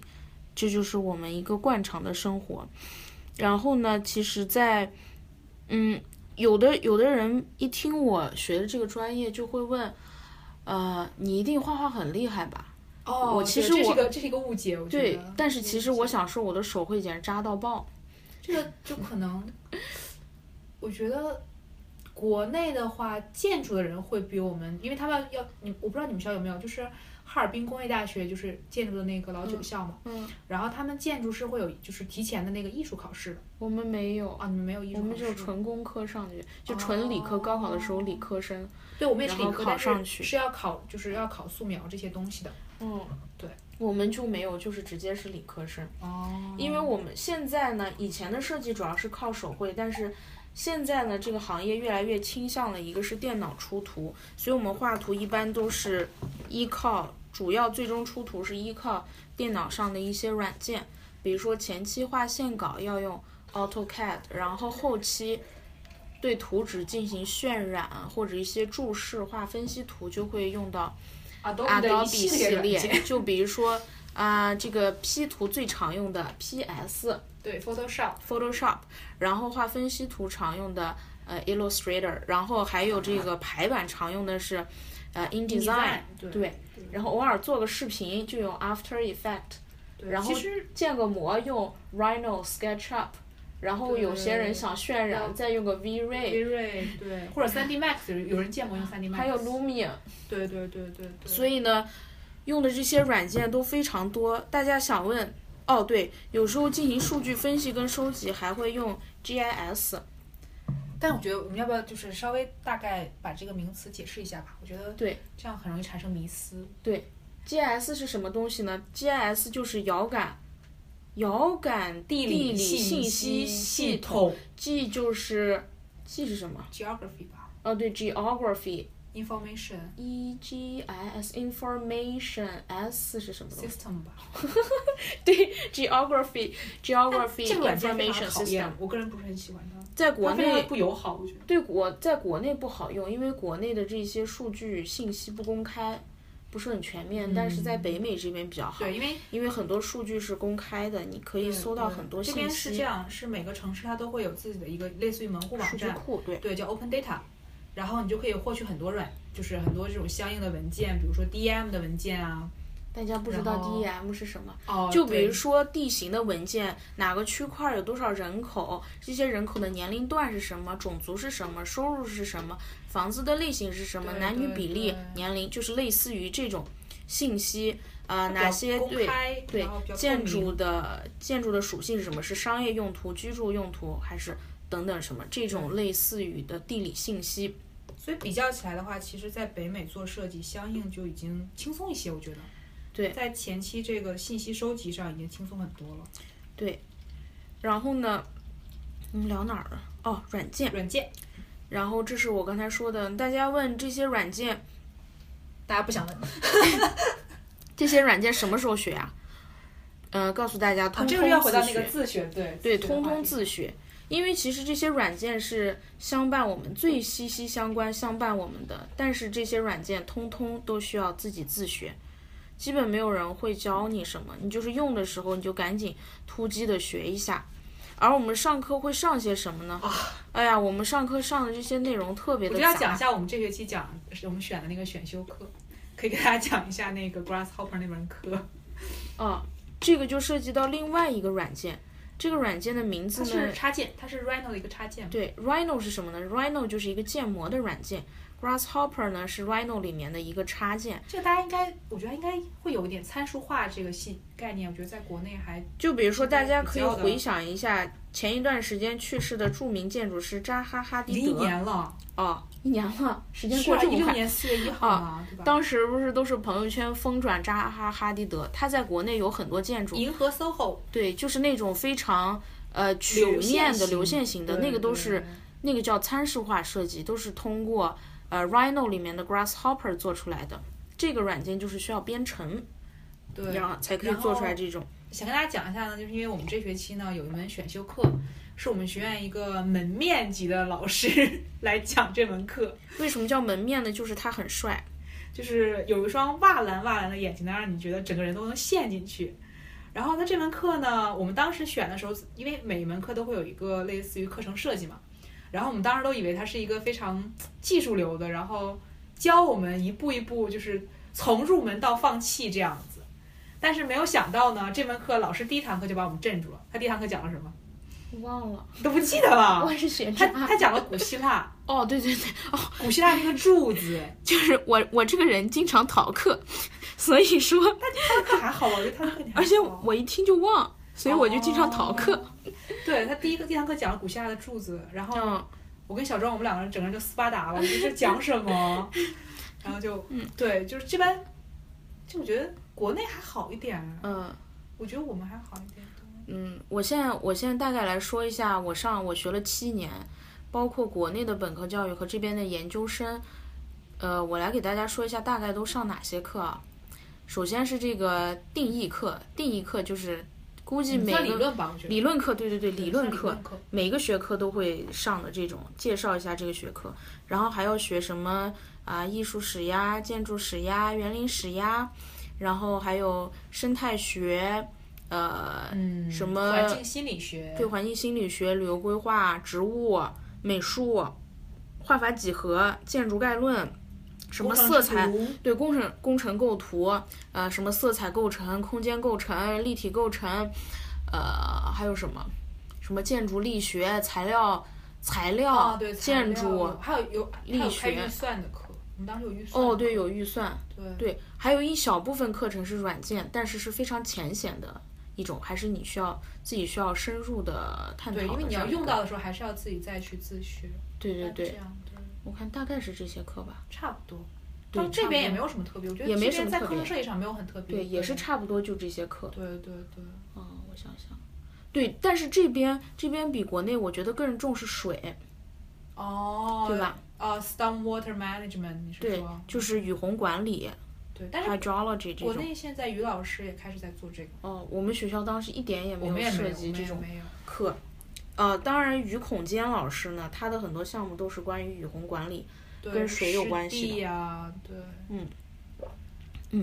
S1: 这就是我们一个惯常的生活。然后呢，其实在，嗯，有的有的人一听我学的这个专业，就会问。呃，你一定画画很厉害吧？
S3: 哦，
S1: 我其
S3: 对
S1: 实
S3: 这是
S1: 我
S3: 一个这是一个误解，我觉得。嗯
S1: 对，但是其实我想说，我的手绘简直扎到爆。
S3: 这个就可能，我觉得国内的话，建筑的人会比我们，因为他们要你，我不知道你们学校有没有，就是哈尔滨工业大学就是建筑的那个老九校嘛，
S1: 嗯，
S3: 然后他们建筑是会有就是提前的那个艺术考试的
S1: 我们没有，
S3: 啊，你们没有艺
S1: 我
S3: 术
S1: 们
S3: 考
S1: 就
S3: 试？
S1: 纯工科上去，就纯理科。高考的时候，理科生。
S3: 对，我们也是
S1: 然后
S3: 理科，
S1: 考
S3: 但
S1: 上
S3: 是
S1: 去
S3: 是要考就是要考素描这些东西的。
S1: 嗯，
S3: 对，
S1: 我们就没有，就是直接是理科生。
S3: 哦
S1: 因为我们现在呢，以前的设计主要是靠手绘，但是现在呢，这个行业越来越倾向了一个是电脑出图，所以我们画图一般都是依靠主要最终出图是依靠电脑上的一些软件，比如说前期画线稿要用 AutoCAD，然后后期。对图纸进行渲染啊或者一些注释画分析图，就会用到
S3: 啊，都
S1: Adobe
S3: 的一系
S1: 系
S3: 软件，
S1: 列，就比如说啊、这个 P 图最常用的 PS
S3: 对 Photoshop，
S1: Photoshop，然后画分析图常用的呃 Illustrator，然后还有这个排版常用的是呃 InDesign，
S3: 对
S1: 对，然后偶尔做个视频就用 After Effect，
S3: 对
S1: 然后
S3: 其实
S1: 建个模用 Rhino SketchUp，然后有些人想渲染再用个 V-Ray，
S3: Ray 对，或者 3D Max 有人见过用 3D Max，
S1: 还有 Lumia。
S3: 对对对对对，
S1: 所以呢，用的这些软件都非常多。大家想问，哦，对，有时候进行数据分析跟收集还会用 GIS。
S3: 但我觉得我们要不要就是稍微大概把这个名词解释一下吧？我觉得
S1: 对，
S3: 这样很容易产生迷思。
S1: GIS 是什么东西呢？GIS 就是遥感遥感地理信息系统，G 就是 G 是什么？
S3: geography 吧
S1: 哦，对，Geography。
S3: ，information
S1: E G I S Information S 是什么东西
S3: system 吧。
S1: ？Geography
S3: 哎 这
S1: Geography
S3: 个软件非常
S1: Information
S3: 讨
S1: System
S3: 厌，我个人不是很喜欢它，
S1: 在国
S3: 它非
S1: 内
S3: 常不友好，我觉得。
S1: 对国在国内不好用，因为国内的这些数据信息不公开，不是很全面。但是在北美这边比较好，
S3: 对，因为
S1: 因为很多数据是公开的，你可以搜到很多
S3: 这
S1: 信
S3: 边是这
S1: 息。
S3: 样，是每个城市它都会有自己的一个类似于门户
S1: 数
S3: 网
S1: 据
S3: 站，
S1: 库对，
S3: 对，叫 Open Data，然后你就可以获取很多软，就是很多这种相应的文件，比如说 DM 的文件啊，
S1: 大家不知道
S4: 然后
S1: DEM 是什么。
S4: 哦
S1: 就比
S4: 对
S1: 如说地形的文件，哪个区块有多少人口，这些人口的年龄段是什么，种族是什么，收入是什么，房子的类型是什么，
S4: 对
S1: 男女
S4: 对
S1: 比例
S4: 对、
S1: 年龄，就是类似于这种信息。呃，
S3: 比
S1: 哪
S3: 较
S1: 些
S3: 公
S1: 对
S3: 开
S1: 对
S3: 然后比较
S1: 建
S3: 透明
S1: 筑的建筑的属性是什么？是商业用途、居住用途，还是等等什么？这种类似于的地理信息，
S3: 所以比较起来的话，其实在北美做设计，相应就已经轻松一些，我觉得。
S1: 对
S3: 在前期这个信息收集上已经轻松很多了。
S1: 然后呢，我们聊哪儿了？哦，软件。
S3: 软件，
S1: 然后这是我刚才说的，大家问这些软件
S3: 大家不想问
S1: 这些软件什么时候学呀、嗯、告诉大家，
S3: 啊，
S1: 通
S3: 这
S1: 通
S3: 个
S1: 自学。
S3: 是要回到那个自学，对
S1: 对，
S3: 自学的
S1: 通
S3: 话
S1: 通
S3: 题
S1: 自学。因为其实这些软件是相伴我们最息息相关、相伴我们的，但是这些软件通通都需要自己自学，基本没有人会教你什么，你就是用的时候你就赶紧突击的学一下。而我们上课会上些什么呢？哎呀，我们上课上的这些内容特别
S3: 啊我
S1: 的
S3: 就
S1: 杂。
S3: 要讲一下我们这学期讲我们选的那个选修课，可以给大家讲一下那个 Grasshopper 那门课，
S1: 啊，这个就涉及到另外一个软件，这个软件的名字
S3: 它
S1: 呢
S3: 是插件，它是 Rhino 的一个插件嘛。
S1: 对，Rhino 是什么呢？Rhino 就是一个建模的软件，Grasshopper 呢是 Rhino 里面的一个插件。
S3: 这个大家应该，我觉得应该会有一点参数化这个信概念，我觉得在国内还
S1: 就比如说，大家可以
S3: 比较的
S1: 回想一下前一段时间去世的著名建筑师扎哈哈
S3: 已
S1: 迪
S3: 经一
S1: 德。
S3: 年了，
S1: 哦，一年了，时间
S3: 是
S1: 过
S3: 啊，
S1: 这
S3: 一
S1: 么
S3: 六
S1: 快。啊
S3: 年四月一号嘛，对吧？
S1: 当时不是都是朋友圈疯转扎哈哈迪德，他在国内有很多建筑，
S3: 银河 SOHO
S1: 对，就是那种非常呃曲
S3: 流线
S1: 面的
S3: 型
S1: 流线型的，
S3: 对
S1: 那个都
S3: 对
S1: 是那个叫参数化设计，都是通过呃 Rhino 里面的 Grasshopper 做出来的。这个软件就是需要编程，
S3: 对，
S1: 然后才可以
S3: 然
S1: 做出来
S3: 后
S1: 这种。
S3: 想跟大家讲一下呢，就是因为我们这学期呢有一门选修课，是我们学院一个门面级的老师 来讲这门课，
S1: 为什么叫门面呢？就是它很帅，
S3: 就是有一双哇蓝哇蓝的眼睛，能让你觉得整个人都能陷进去。然后他这门课呢，我们当时选的时候，因为每一门课都会有一个类似于课程设计嘛，然后我们当时都以为它是一个非常技术流的，然后教我们一步一步就是从入门到放弃这样子。但是没有想到呢，这门课老师第一堂课就把我们镇住了。他第一堂课讲了什么？
S1: 忘了，
S3: 都不记得了。
S1: 是学
S3: 他他讲了古希腊，
S1: 啊哦，对对对，
S3: 古希腊那个柱子，
S1: 就是我我这个人经常逃课，所以说，
S3: 他的课还好吧？啊我觉得他的课你还好
S1: 而且我一听就忘，所以我就经常逃课。
S3: 对他第一个第一堂课讲了古希腊的柱子，然后
S1: 嗯，
S3: 我跟小庄我们两个人整个人就斯巴达了，我们这讲什么？然后就
S1: 嗯
S3: 对，就是这班，就我觉得国内还好一点，
S1: 嗯
S3: 我觉得我们还好一点。对
S1: 嗯，我现在我现在大概来说一下，我上我学了七年，包括国内的本科教育和这边的研究生，呃，我来给大家说一下大概都上哪些课啊。首先是这个定义课，定义课就是估计每
S3: 嗯算理
S1: 个
S3: 论吧，我觉得
S1: 理论课，对对对，
S3: 对
S1: 理论
S3: 算
S1: 课，
S3: 课，
S1: 每个学科都会上的这种，介绍一下这个学科，然后还要学什么啊、艺术史呀、建筑史呀、园林史呀，然后还有生态学，呃，
S3: 嗯，
S1: 什么
S3: 环境心理学，
S1: 对环境心理学、旅游规划、植物、美术、画法几何、建筑概论，什么
S3: 工程
S1: 色
S3: 制
S1: 彩
S3: 图
S1: 对工程工程构图，呃，什么色彩构成、空间构成、立体构成，呃，还有什么什么建筑力学、材料、材料、
S3: 啊，对，材
S1: 建
S3: 料
S1: 筑。
S3: 还有有还有
S1: 力
S3: 开
S1: 学
S3: 预算的课，我们当时有预算
S1: 哦，对，
S3: 的课嗯
S1: 有预算，
S3: 对
S1: 对，还有一小部分课程是软件，但是是非常浅显的一种，还是你需要自己需要深入的探讨
S3: 对，
S1: 的
S3: 因为你
S1: 这
S3: 要
S1: 样一
S3: 用
S1: 个
S3: 到的时候还是要自己再去自学，
S1: 对对
S3: 那这
S1: 对，
S3: 样对。
S1: 我看大概是这些课吧。
S3: 差不多。
S1: 对
S3: 但
S1: 差
S3: 这
S1: 不
S3: 边也
S1: 多
S3: 没有什么特别，我觉得
S1: 也没
S3: 这
S1: 什
S3: 边
S1: 么
S3: 在
S1: 特
S3: 课程
S1: 别
S3: 设计上没有很特别。
S1: 对，也是。差不多就这些课。
S3: 对对对，
S1: 嗯，我想想，对，但是这边这边比国内我觉得更重视水，
S3: 哦，
S1: 对？吧？
S3: 啊，storm water management，你是
S1: 对
S3: 说？
S1: 就是雨洪管理
S3: 哦对，但是
S1: ，hydrology 这
S3: 国
S1: 种。
S3: 内现在于老师也开始在做这个，
S1: 哦，我们学校当时一点也没
S3: 我们
S1: 有
S3: 也没
S1: 涉
S3: 有，我
S1: 及
S3: 们
S1: 这
S3: 也
S1: 种
S3: 没有。
S1: 课。呃，当然，于孔坚老师呢，他的很多项目都是关于雨洪管理。
S3: 对，
S1: 跟水有
S3: 湿
S1: 关系的
S3: 地呀，对，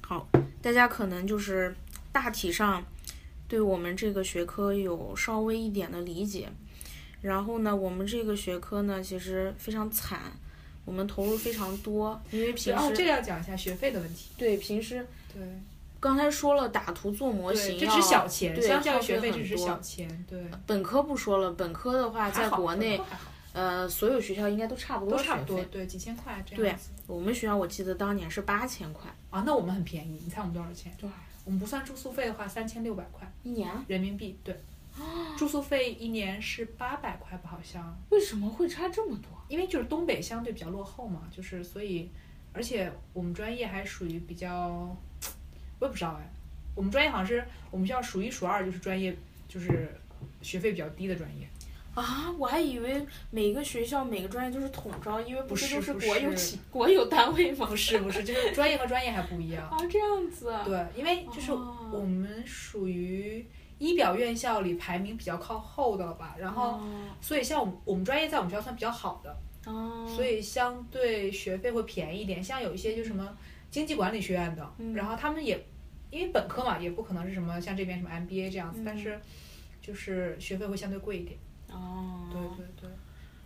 S1: 好，大家可能就是大体上对我们这个学科有稍微一点的理解。然后呢，我们这个学科呢，其实非常惨，我们投入非常多，因为平
S3: 哦，
S1: 时
S3: 这个要讲一下学费的问题。
S1: 对平时
S3: 对，
S1: 刚才说了打图做模型
S3: 对，这
S1: 要
S3: 只是小钱，
S1: 对
S3: 相较
S1: 耗
S3: 于学
S1: 费
S3: 费，
S1: 很
S3: 这只是
S1: 多
S3: 小钱。对，
S1: 本科不说了，本科的话在
S3: 还好
S1: 国内
S3: 还好
S1: 呃所有学校应该都差不多
S3: 都
S1: 学
S3: 差不多，
S1: 费。
S3: 对，几千块这
S1: 对
S3: 样子。
S1: 我们学校我记得当年是八千块
S3: 啊，那我们很便宜，你猜我们多少钱？
S1: 多少？啊
S3: 我们不算住宿费的话，三千六百块
S1: 一年，
S3: 人民币。对，住宿费一年是八百块吧，好像。
S1: 为什么会差这么多？
S3: 因为就是东北相对比较落后嘛，就是所以，而且我们专业还属于比较，我也不知道哎，我们专业好像是我们学校数一数二，就是专业就是学费比较低的专业。
S1: 啊，我还以为每个学校每个专业都是统招，因为不是
S3: 不
S1: 都
S3: 是
S1: 是
S3: 不
S1: 国有
S3: 是
S1: 企国有单位吗？
S3: 不是不是，就是 专业和专业还不一样。
S1: 啊，这样子啊，
S3: 对，因为就是
S1: 哦
S3: 我们属于医表院校里排名比较靠后的了吧，然后所以像我们我们专业在我们学校算比较好的，
S1: 哦，
S3: 所以相对学费会便宜一点。像有一些就是什么经济管理学院的，
S1: 嗯
S3: 然后他们也因为本科嘛，也不可能是什么像这边什么 MBA 这样子，但
S1: 嗯
S3: 是就是学费会相对贵一点。
S1: 哦，
S3: 对对对。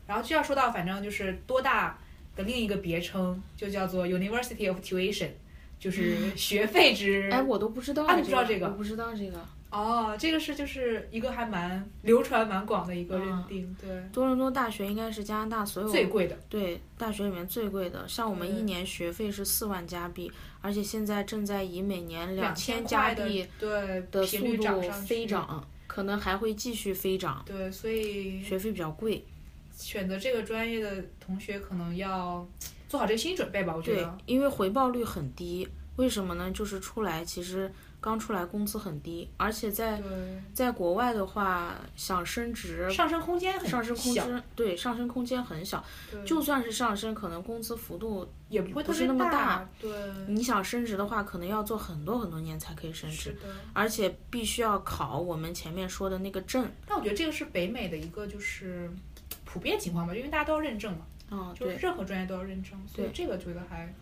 S3: 然后就要说到，反正就是多大的另一个别称，就叫做 University of Tuition，就是
S1: 嗯
S3: 学费之。
S1: 哎，我都不知道
S3: 啊你不知道这个
S1: 我不知道这个。
S3: 哦，这个是就是一个还蛮流传蛮广的一个
S1: 嗯
S3: 认定，
S1: 多伦多大学应该是加拿大所有
S3: 对，最贵的，
S1: 对大学里面最贵的，像我们一
S3: 对
S1: 年学费是四万加币，而且现在正在以每年
S3: 两
S1: 千加
S3: 块的
S1: 币，
S3: 对，
S1: 的
S3: 频
S1: 速
S3: 率
S1: 度
S3: 涨上去
S1: 飞，涨，可能还会继续飞涨。
S3: 对，所以
S1: 学费比较贵，
S3: 选择这个专业的同学可能要做好这个心理准备吧，我觉
S1: 对
S3: 得，，
S1: 因为回报率很低。为什么呢？就是出来其实刚出来工资很低，而且在
S3: 对，
S1: 在国外的话，想升职
S3: 上升空间很
S1: 上升空
S3: 小，
S1: 间对上升空间很小，
S3: 对
S1: 就算是上升，可能工资幅度，
S3: 也不会特
S1: 不是
S3: 别
S1: 那么
S3: 大，对，
S1: 你想升职的话，可能要做很多很多年才可以升
S3: 是
S1: 职，
S3: 的。
S1: 而且必须要考我们前面说的那个证。
S3: 但我觉得这个是北美的一个就是普遍情况吧，因为大家都要认证嘛，
S1: 啊、
S3: 就是
S1: 对，
S3: 任何专业都要认证，所以
S1: 对
S3: 这个觉得还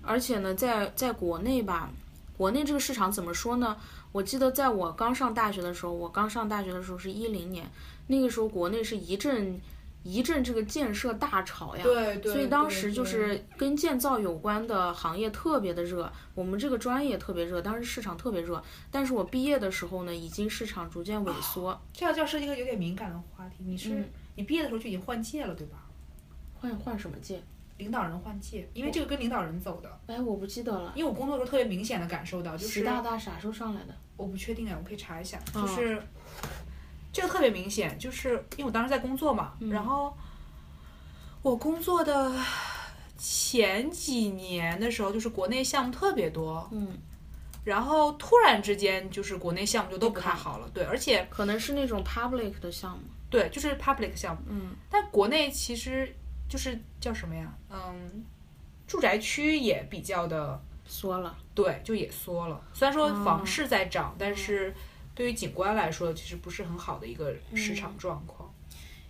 S1: 而且呢，在在国内吧，国内这个市场怎么说呢？我记得在我刚上大学的时候，我刚上大学的时候是一零年，那个时候国内是一阵一阵这个建设大潮呀，
S3: 对对，
S1: 所以当
S3: 对
S1: 时就
S3: 对
S1: 是跟建造有关的行业特别的热，我们这个专业特别热，当时市场特别热。但是我毕业的时候呢，已经市场逐渐萎缩，
S3: 这要叫是一个有点敏感的话题。你是、
S1: 嗯
S3: 你毕业的时候就已经换届了，对吧？
S1: 换换什么界？
S3: 领导人换届，因为这个跟领导人走的。
S1: 哎，我不记得了。
S3: 因为我工作的时候特别明显的感受到，就
S1: 习
S3: 是
S1: 大大啥时候上来的？
S3: 我不确定哎，我可以查一下，
S1: 嗯
S3: 就是、这个特别明显，就是因为我当时在工作嘛，
S1: 嗯
S3: 然后我工作的前几年的时候，就是国内项目特别多，
S1: 嗯，
S3: 然后突然之间就是国内项目就都不太好了，对，而且
S1: 可能是那种 public 的项目。
S3: 对就是 public 项目。
S1: 嗯
S3: 但国内其实就是叫什么呀？嗯，住宅区也比较的，
S1: 缩了。
S3: 对，就也缩了。虽然说
S1: 哦嗯
S3: 房市在涨，但是对于景观来说，其实不是很好的一个市场状况。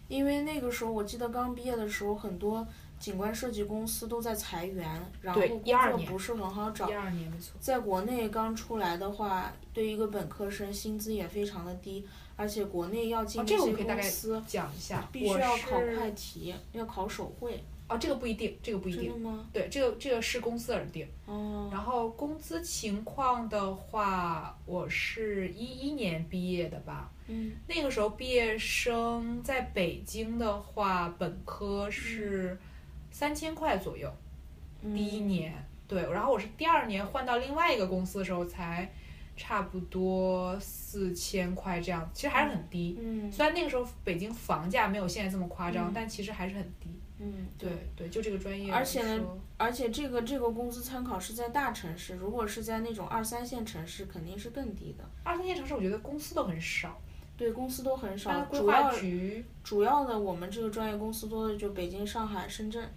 S1: 因为那个时候我记得刚毕业的时候，很多景观设计公司都在裁员，然后
S3: 对
S1: 工
S3: 12
S1: 作
S3: 年
S1: 不是很好找
S3: 一。二年没错，
S1: 在国内刚出来的话，对于一个本科生，薪资也非常的低，而且国内要进
S3: 哦
S1: 这
S3: 这个
S1: 些
S3: 我可以大
S1: 公
S3: 概
S1: 司，
S3: 讲一下，
S1: 必须
S3: 我
S1: 要
S3: 是
S1: 考快题，要考手绘，
S3: 哦，这个不一定，这个不一
S1: 真
S3: 定
S1: 的。吗？
S3: 对，这个这个是公司而定。
S1: 哦，
S3: 然后工资情况的话，我是一一年毕业的吧，
S1: 嗯，
S3: 那个时候毕业生在北京的话，本科是三千块左右，
S1: 嗯
S3: 第一，年对，然后我是第二年换到另外一个公司的时候才差不多四千块这样，其实还是很低。
S1: 嗯
S3: 虽然那个时候北京房价没有现在这么夸张，
S1: 嗯
S3: 但其实还是很低。
S1: 嗯，
S3: 对对，就这个专业来
S1: 而
S3: 说，
S1: 且呢而且这个这个工资参考是在大城市，如果是在那种二三线城市，肯定是更低的。
S3: 二三线城市我觉得公司都很少，
S1: 对，公司都很
S3: 但
S1: 少
S3: 是，规
S1: 主
S3: 划
S1: 要
S3: 局
S1: 主要的我们这个专业公司多的就北京、上海、深圳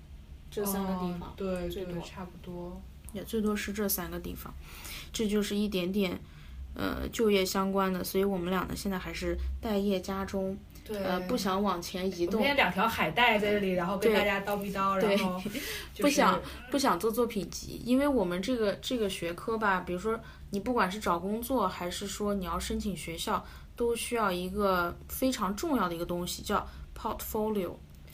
S1: 这三个地
S3: 嗯
S1: 方。
S3: 对
S1: 最
S3: 对
S1: 多
S3: 差不多。
S1: 哦也最多是这三个地方，这就是一点点，呃，就业相关的。所以我们俩呢，现在还是待业家中，
S3: 对，
S1: 呃，不想往前移
S3: 我们
S1: 动
S3: 今，天两条海带在这里，然后跟
S1: 对
S3: 大家叨逼叨，
S1: 对
S3: 然后、就是、
S1: 不想 不想做作品集，因为我们这个这个学科吧，比如说你不管是找工作，还是说你要申请学校，都需要一个非常重要的一个东西，叫 portfolio。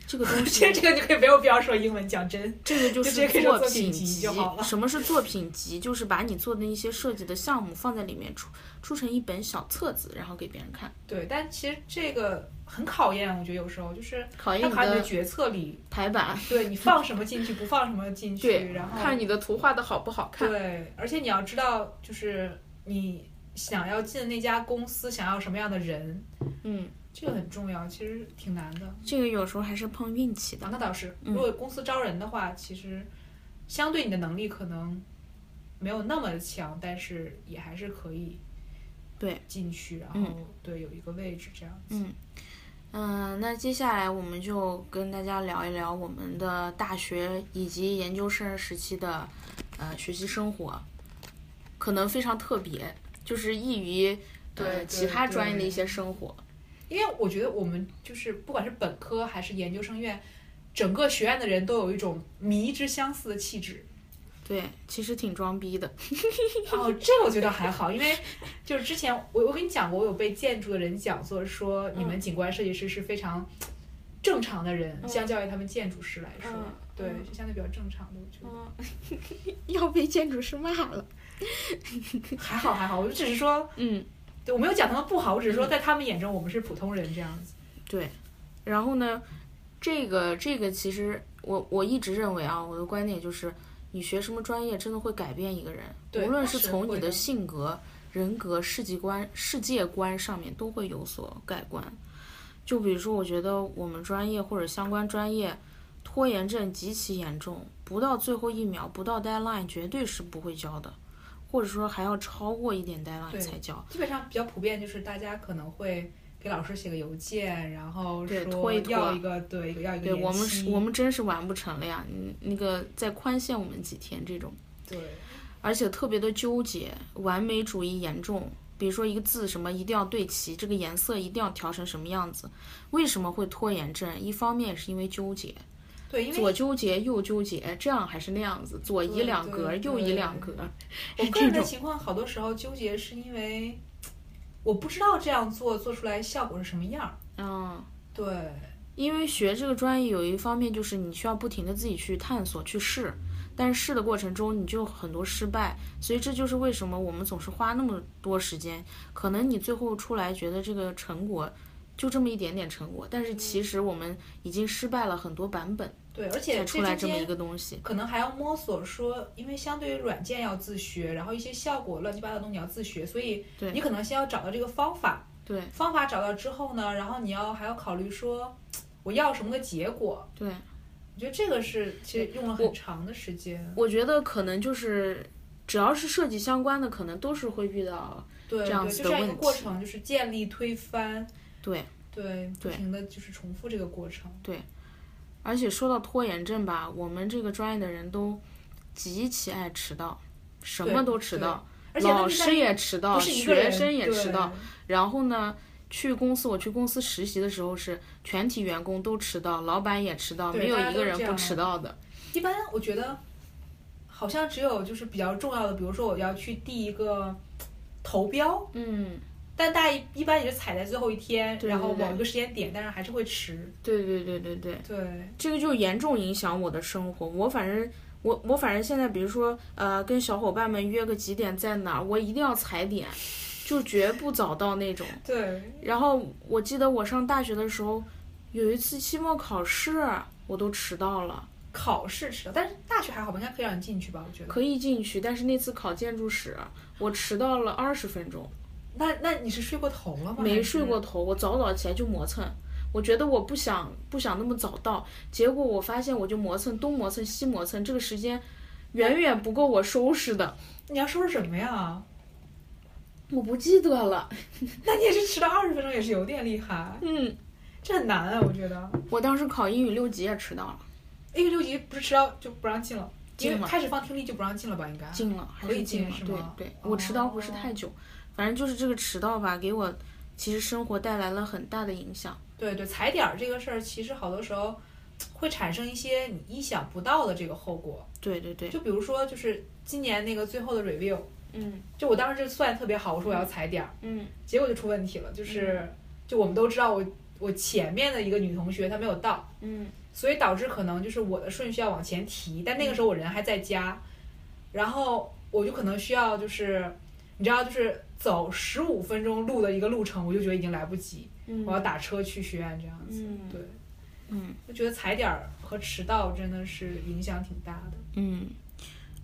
S1: 这个东西
S3: 这这个你可以不用必要说英文，讲真，
S1: 这个就
S3: 直接
S1: 是
S3: 可以说作
S1: 品
S3: 品集就好了
S1: 什么是作品集？就是把你做的一些设计的项目放在里面出出成一本小册子，然后给别人看，
S3: 对，但其实这个很考验，我觉得有时候就是
S1: 考验
S3: 它
S1: 你
S3: 考验你的
S1: 的
S3: 决策力，
S1: 排版，
S3: 对你放什么进去，不放什么进去，
S1: 对
S3: 然后
S1: 看你的图画的好不好看。
S3: 对，而且你要知道，就是你想要进那家公司，想要什么样的人，
S1: 嗯，
S3: 这个很重要，其实挺难的。
S1: 这个有时候还是碰运气的。
S3: 那倒是，
S1: 嗯
S3: 如果公司招人的话，其实相对你的能力可能没有那么强，但是也还是可以
S1: 对
S3: 进去，然后、
S1: 嗯
S3: 对有一个位置这样子。
S1: 嗯嗯，那接下来我们就跟大家聊一聊我们的大学以及研究生时期的呃学习生活，可能非常特别，就是异于呃
S3: 对
S1: 其他
S3: 对
S1: 专业的
S3: 对
S1: 一些生活。
S3: 因为我觉得我们就是不管是本科还是研究生院，整个学院的人都有一种迷之相似的气 质。
S1: 对，其实挺装逼的。
S3: 哦，这个我觉得还好，因为就是之前我我跟你讲过，我有被建筑的人讲座说，你们景观设计师是非常正常的人，
S1: 嗯
S3: 相较于他们建筑师来说，
S1: 嗯
S3: 对
S1: 嗯，
S3: 是相对比较正常的，我 觉得。
S1: 嗯， 要被建筑师骂了。
S3: 还好还好，我只是说，
S1: 嗯，
S3: 对我没有讲他们不好，我只是说在他们眼中我们是普通人这样子。
S1: 然后呢，这个这个其实我我一直认为啊，我的观点就是，你学什么专业真的会改变一个人，
S3: 对
S1: 无论
S3: 那
S1: 是
S3: 是
S1: 从你
S3: 会
S1: 的
S3: 的
S1: 性格、人格、世界观、世界观上面都会有所改观。就比如说，我觉得我们专业或者相关专业拖延症极其严重，不到最后一秒，不到 deadline 绝对是不会交的，或者说还要超过一点 deadline
S3: 对
S1: 才交。
S3: 基本上比较普遍就是大家可能会给老师写个邮件，然后
S1: 对
S3: 说
S1: 拖一拖
S3: 要一个对一个要一个
S1: 对我们是，
S3: 是
S1: 我们真是完不成了呀！你那个再宽限我们几天这种，
S3: 对
S1: 而且特别的纠结，完美主义严重。比如说一个字什么一定要对齐，这个颜色一定要调成什么样子。为什么会拖延症？一方面是因为纠结，
S3: 对，因为
S1: 左纠结右纠结，这样还是那样子，左移
S3: 对
S1: 两格，
S3: 对
S1: 右移
S3: 对
S1: 两格。
S3: 我个
S1: 哎这
S3: 人的
S1: 种
S3: 情况，好多时候纠结是因为我不知道这样做做出来效果是什么样儿。
S1: 嗯，
S3: 对，
S1: 因为学这个专业有一方面就是你需要不停的自己去探索、去试，但是试的过程中你就很多失败，所以这就是为什么我们总是花那么多时间，可能你最后出来觉得这个成果就这么一点点成果，但是其实我们已经失败了很多版本，
S3: 嗯对，而且
S1: 才出来这
S3: 这中
S1: 么一
S3: 间
S1: 个东西。
S3: 可能还要摸索说，因为相对于软件要自学，然后一些效果乱七八糟的东西你要自学，所以
S1: 对
S3: 你可能先要找到这个方法。
S1: 对
S3: 方法找到之后呢，然后你要还要考虑说我要什么个结果。
S1: 对，
S3: 我觉得这个是其实用了
S1: 我
S3: 很长的时间。
S1: 我觉得可能就是只要是设计相关的，可能都是会遇到。
S3: 对
S1: 哦这样
S3: 对，
S1: 子
S3: 就
S1: 的
S3: 这样一个
S1: 问
S3: 过
S1: 题
S3: 程，就是建立、推翻。
S1: 对
S3: 对，不
S1: 对
S3: 停的就是重复这个过程。
S1: 而且说到拖延症吧，我们这个专业的人都极其爱迟到，什么都迟到，
S3: 而且
S1: 哦老
S3: 问题在
S1: 师
S3: 于
S1: 也迟到，
S3: 不是一
S1: 学
S3: 个人
S1: 生也迟到。
S3: 对。
S1: 然后呢，去公司我去公司实习的时候是全体员工都迟到，老板也迟到，
S3: 对
S1: 没有
S3: 大家
S1: 一个
S3: 都
S1: 人
S3: 这
S1: 不
S3: 样
S1: 迟到的。
S3: 一般我觉得，好像只有就是比较重要的，比如说我要去递一个投标，
S1: 嗯，
S3: 但大家一一般也是踩在最后一天，
S1: 对
S3: 然后
S1: 对对
S3: 某一个时间点，但是还是会迟。
S1: 对对对对对。
S3: 嗯对，
S1: 这个就严重影响我的生活。我反正我我反正现在，比如说呃，跟小伙伴们约个几点在哪儿，我一定要踩点，就绝不早到那 种。
S3: 对，
S1: 然后我记得我上大学的时候，有一次期末考试啊我都迟到了，
S3: 考试迟到，但是大学还好吧，应该可以让你进去吧？我觉得。
S1: 可以进去，但是那次考建筑史，我迟到了二十分钟，
S3: 那那你是睡过头了吗？还
S1: 没
S3: 是
S1: 睡过。头，我早早起来就磨蹭。我觉得我不想不想那么早到，结果我发现我就磨蹭东磨蹭西磨蹭，这个时间远远不够我收拾的，
S3: 你要收拾什么呀？
S1: 我不记得了。
S3: 那你也是迟到二十分钟，也是有点厉害，
S1: 嗯，
S3: 这很难啊，我觉得。
S1: 我当时考英语六级也迟到了，
S3: A 六级不是迟到就不让进了，
S1: 进
S3: 因为
S1: 了
S3: 开始放听力就不让进了吧？应该。
S1: 进了还
S3: 啊可
S1: 是
S3: 以
S1: 进
S3: 进
S1: 了。
S3: 是
S1: 对
S3: 吗
S1: 对，我迟到不是太久，反正就是这个迟到吧，给我其实生活带来了很大的影响。
S3: 对对，踩点儿这个事儿，其实好多时候会产生一些你意想不到的这个后果。
S1: 对对对，
S3: 就比如说，就是今年那个最后的 review，
S1: 嗯
S3: 就我当时就算得特别好，我说我要踩点儿，
S1: 嗯
S3: 结果就出问题了，就是就我们都知道我。我前面的一个女同学她没有到，
S1: 嗯
S3: 所以导致可能就是我的顺序要往前提，但那个时候我人还在家，然后我就可能需要就是你知道就是走十五分钟路的一个路程，我就觉得已经来不及，
S1: 嗯
S3: 我要打车去学院这样子，
S1: 嗯
S3: 对，
S1: 嗯
S3: 我觉得踩点儿和迟到真的是影响挺大的。
S1: 嗯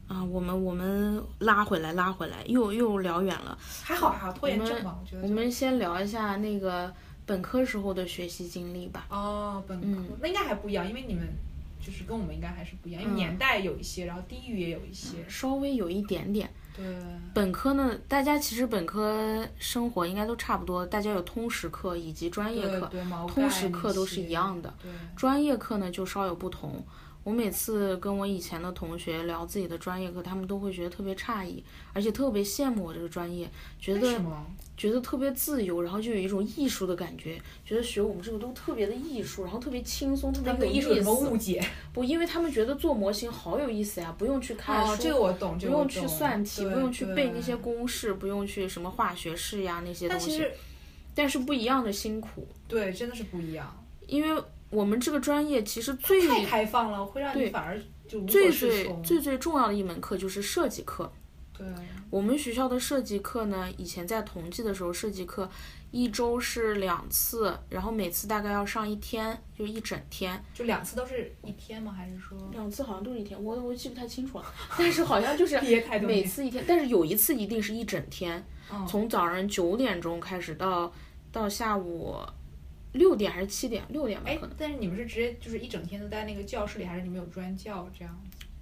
S1: 啊，我们我们拉回来拉回来，又又聊远了。
S3: 还好还好，拖延症吧，我觉得
S1: 我
S3: 就
S1: 们先聊一下那个本科时候的学习经历吧。
S3: 哦，本科、
S1: 嗯
S3: 那应该还不一样，因为你们就是跟我们应该还是不一样，因为
S1: 嗯
S3: 年代有一些，然后地域也有一些。
S1: 稍微有一点点，
S3: 对，
S1: 本科呢，大家其实本科生活应该都差不多，大家有通识课以及专业
S3: 对
S1: 课，
S3: 对，毛概
S1: 通识课
S3: 那
S1: 都
S3: 些
S1: 是一样的。
S3: 对，
S1: 专业课呢就稍有不同。我每次跟我以前的同学聊自己的专业课，他们都会觉得特别诧异，而且特别羡慕我这个专业，觉
S3: 为什
S1: 得
S3: 么？
S1: 觉得特别自由，然后就有一种艺术的感觉，觉得学我们这个都特别的艺术，然后特别轻松，特别
S3: 他们
S1: 有
S3: 对
S1: 意
S3: 艺术有什么
S1: 思。
S3: 误解？
S1: 不，因为他们觉得做模型好有意思呀，不用去看
S3: 哦，
S1: 书，
S3: 这个我懂，
S1: 不
S3: 这个我
S1: 用去
S3: 懂
S1: 算题，
S3: 对
S1: 不用去背那
S3: 对
S1: 些公式，不用去什么化学式呀那些
S3: 但
S1: 东
S3: 其
S1: 西。
S3: 实
S1: 但是不一样的辛苦，
S3: 对，真的是不一样，
S1: 因为我们这个专业其实最
S3: 太开放了，会让你
S1: 对
S3: 反而就无
S1: 最
S3: 所适
S1: 最
S3: 从。
S1: 最最重要的一门课就是设计课。
S3: 对，
S1: 我们学校的设计课呢，以前在同济的时候，设计课一周是两次，然后每次大概要上一天，就一整天。
S3: 就两次都是一天吗？还是说
S1: 两次好像都是一天，我我记不太清 楚了，但是好像 就是
S3: 憋太多
S1: 每
S3: 年？
S1: 次一天，但是有一次一定是一整天，
S3: 嗯
S1: 从早上九点钟开始到到下午六点还是七点，六点吧
S3: 哎
S1: 可能。，
S3: 但是你们是直接就是一整天都在那个教室里，还是你们有专教这样？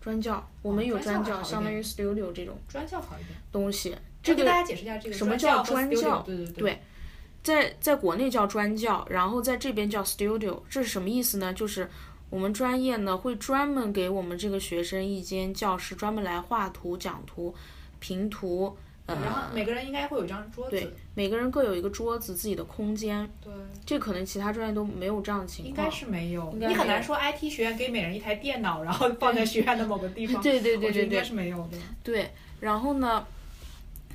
S1: 专教，我们有哦专
S3: 专教
S1: 教，
S3: 好一
S1: 相当于
S3: 点
S1: studio 这种
S3: 专教好一点。
S1: 东西。
S3: 这
S1: 这
S3: 跟大
S1: 个
S3: 家解释一下这个
S1: 什么
S3: 教
S1: 叫
S3: 和 studio，
S1: 专教
S3: 对对对
S1: 对在在国内叫专教，然后在这边叫 studio，这是什么意思呢？就是我们专业呢会专门给我们这个学生一间教室，专门来画图、讲图、评图，呃，
S3: 然后每个人应该会有一张桌子，
S1: 对每个人各有一个桌子，自己的空间。
S3: 对
S1: 这可能其他专业都没有这样的情
S3: 应
S1: 况
S3: 该。是没有。
S1: 应该
S3: 你很
S1: 没有
S3: 难说 IT 学院给每人一台电脑，然后放在学院的某个地方。
S1: 对对
S3: 我
S1: 对
S3: 觉
S1: 对
S3: 得应该
S1: 对
S3: 是没有的。
S1: 对。然后呢，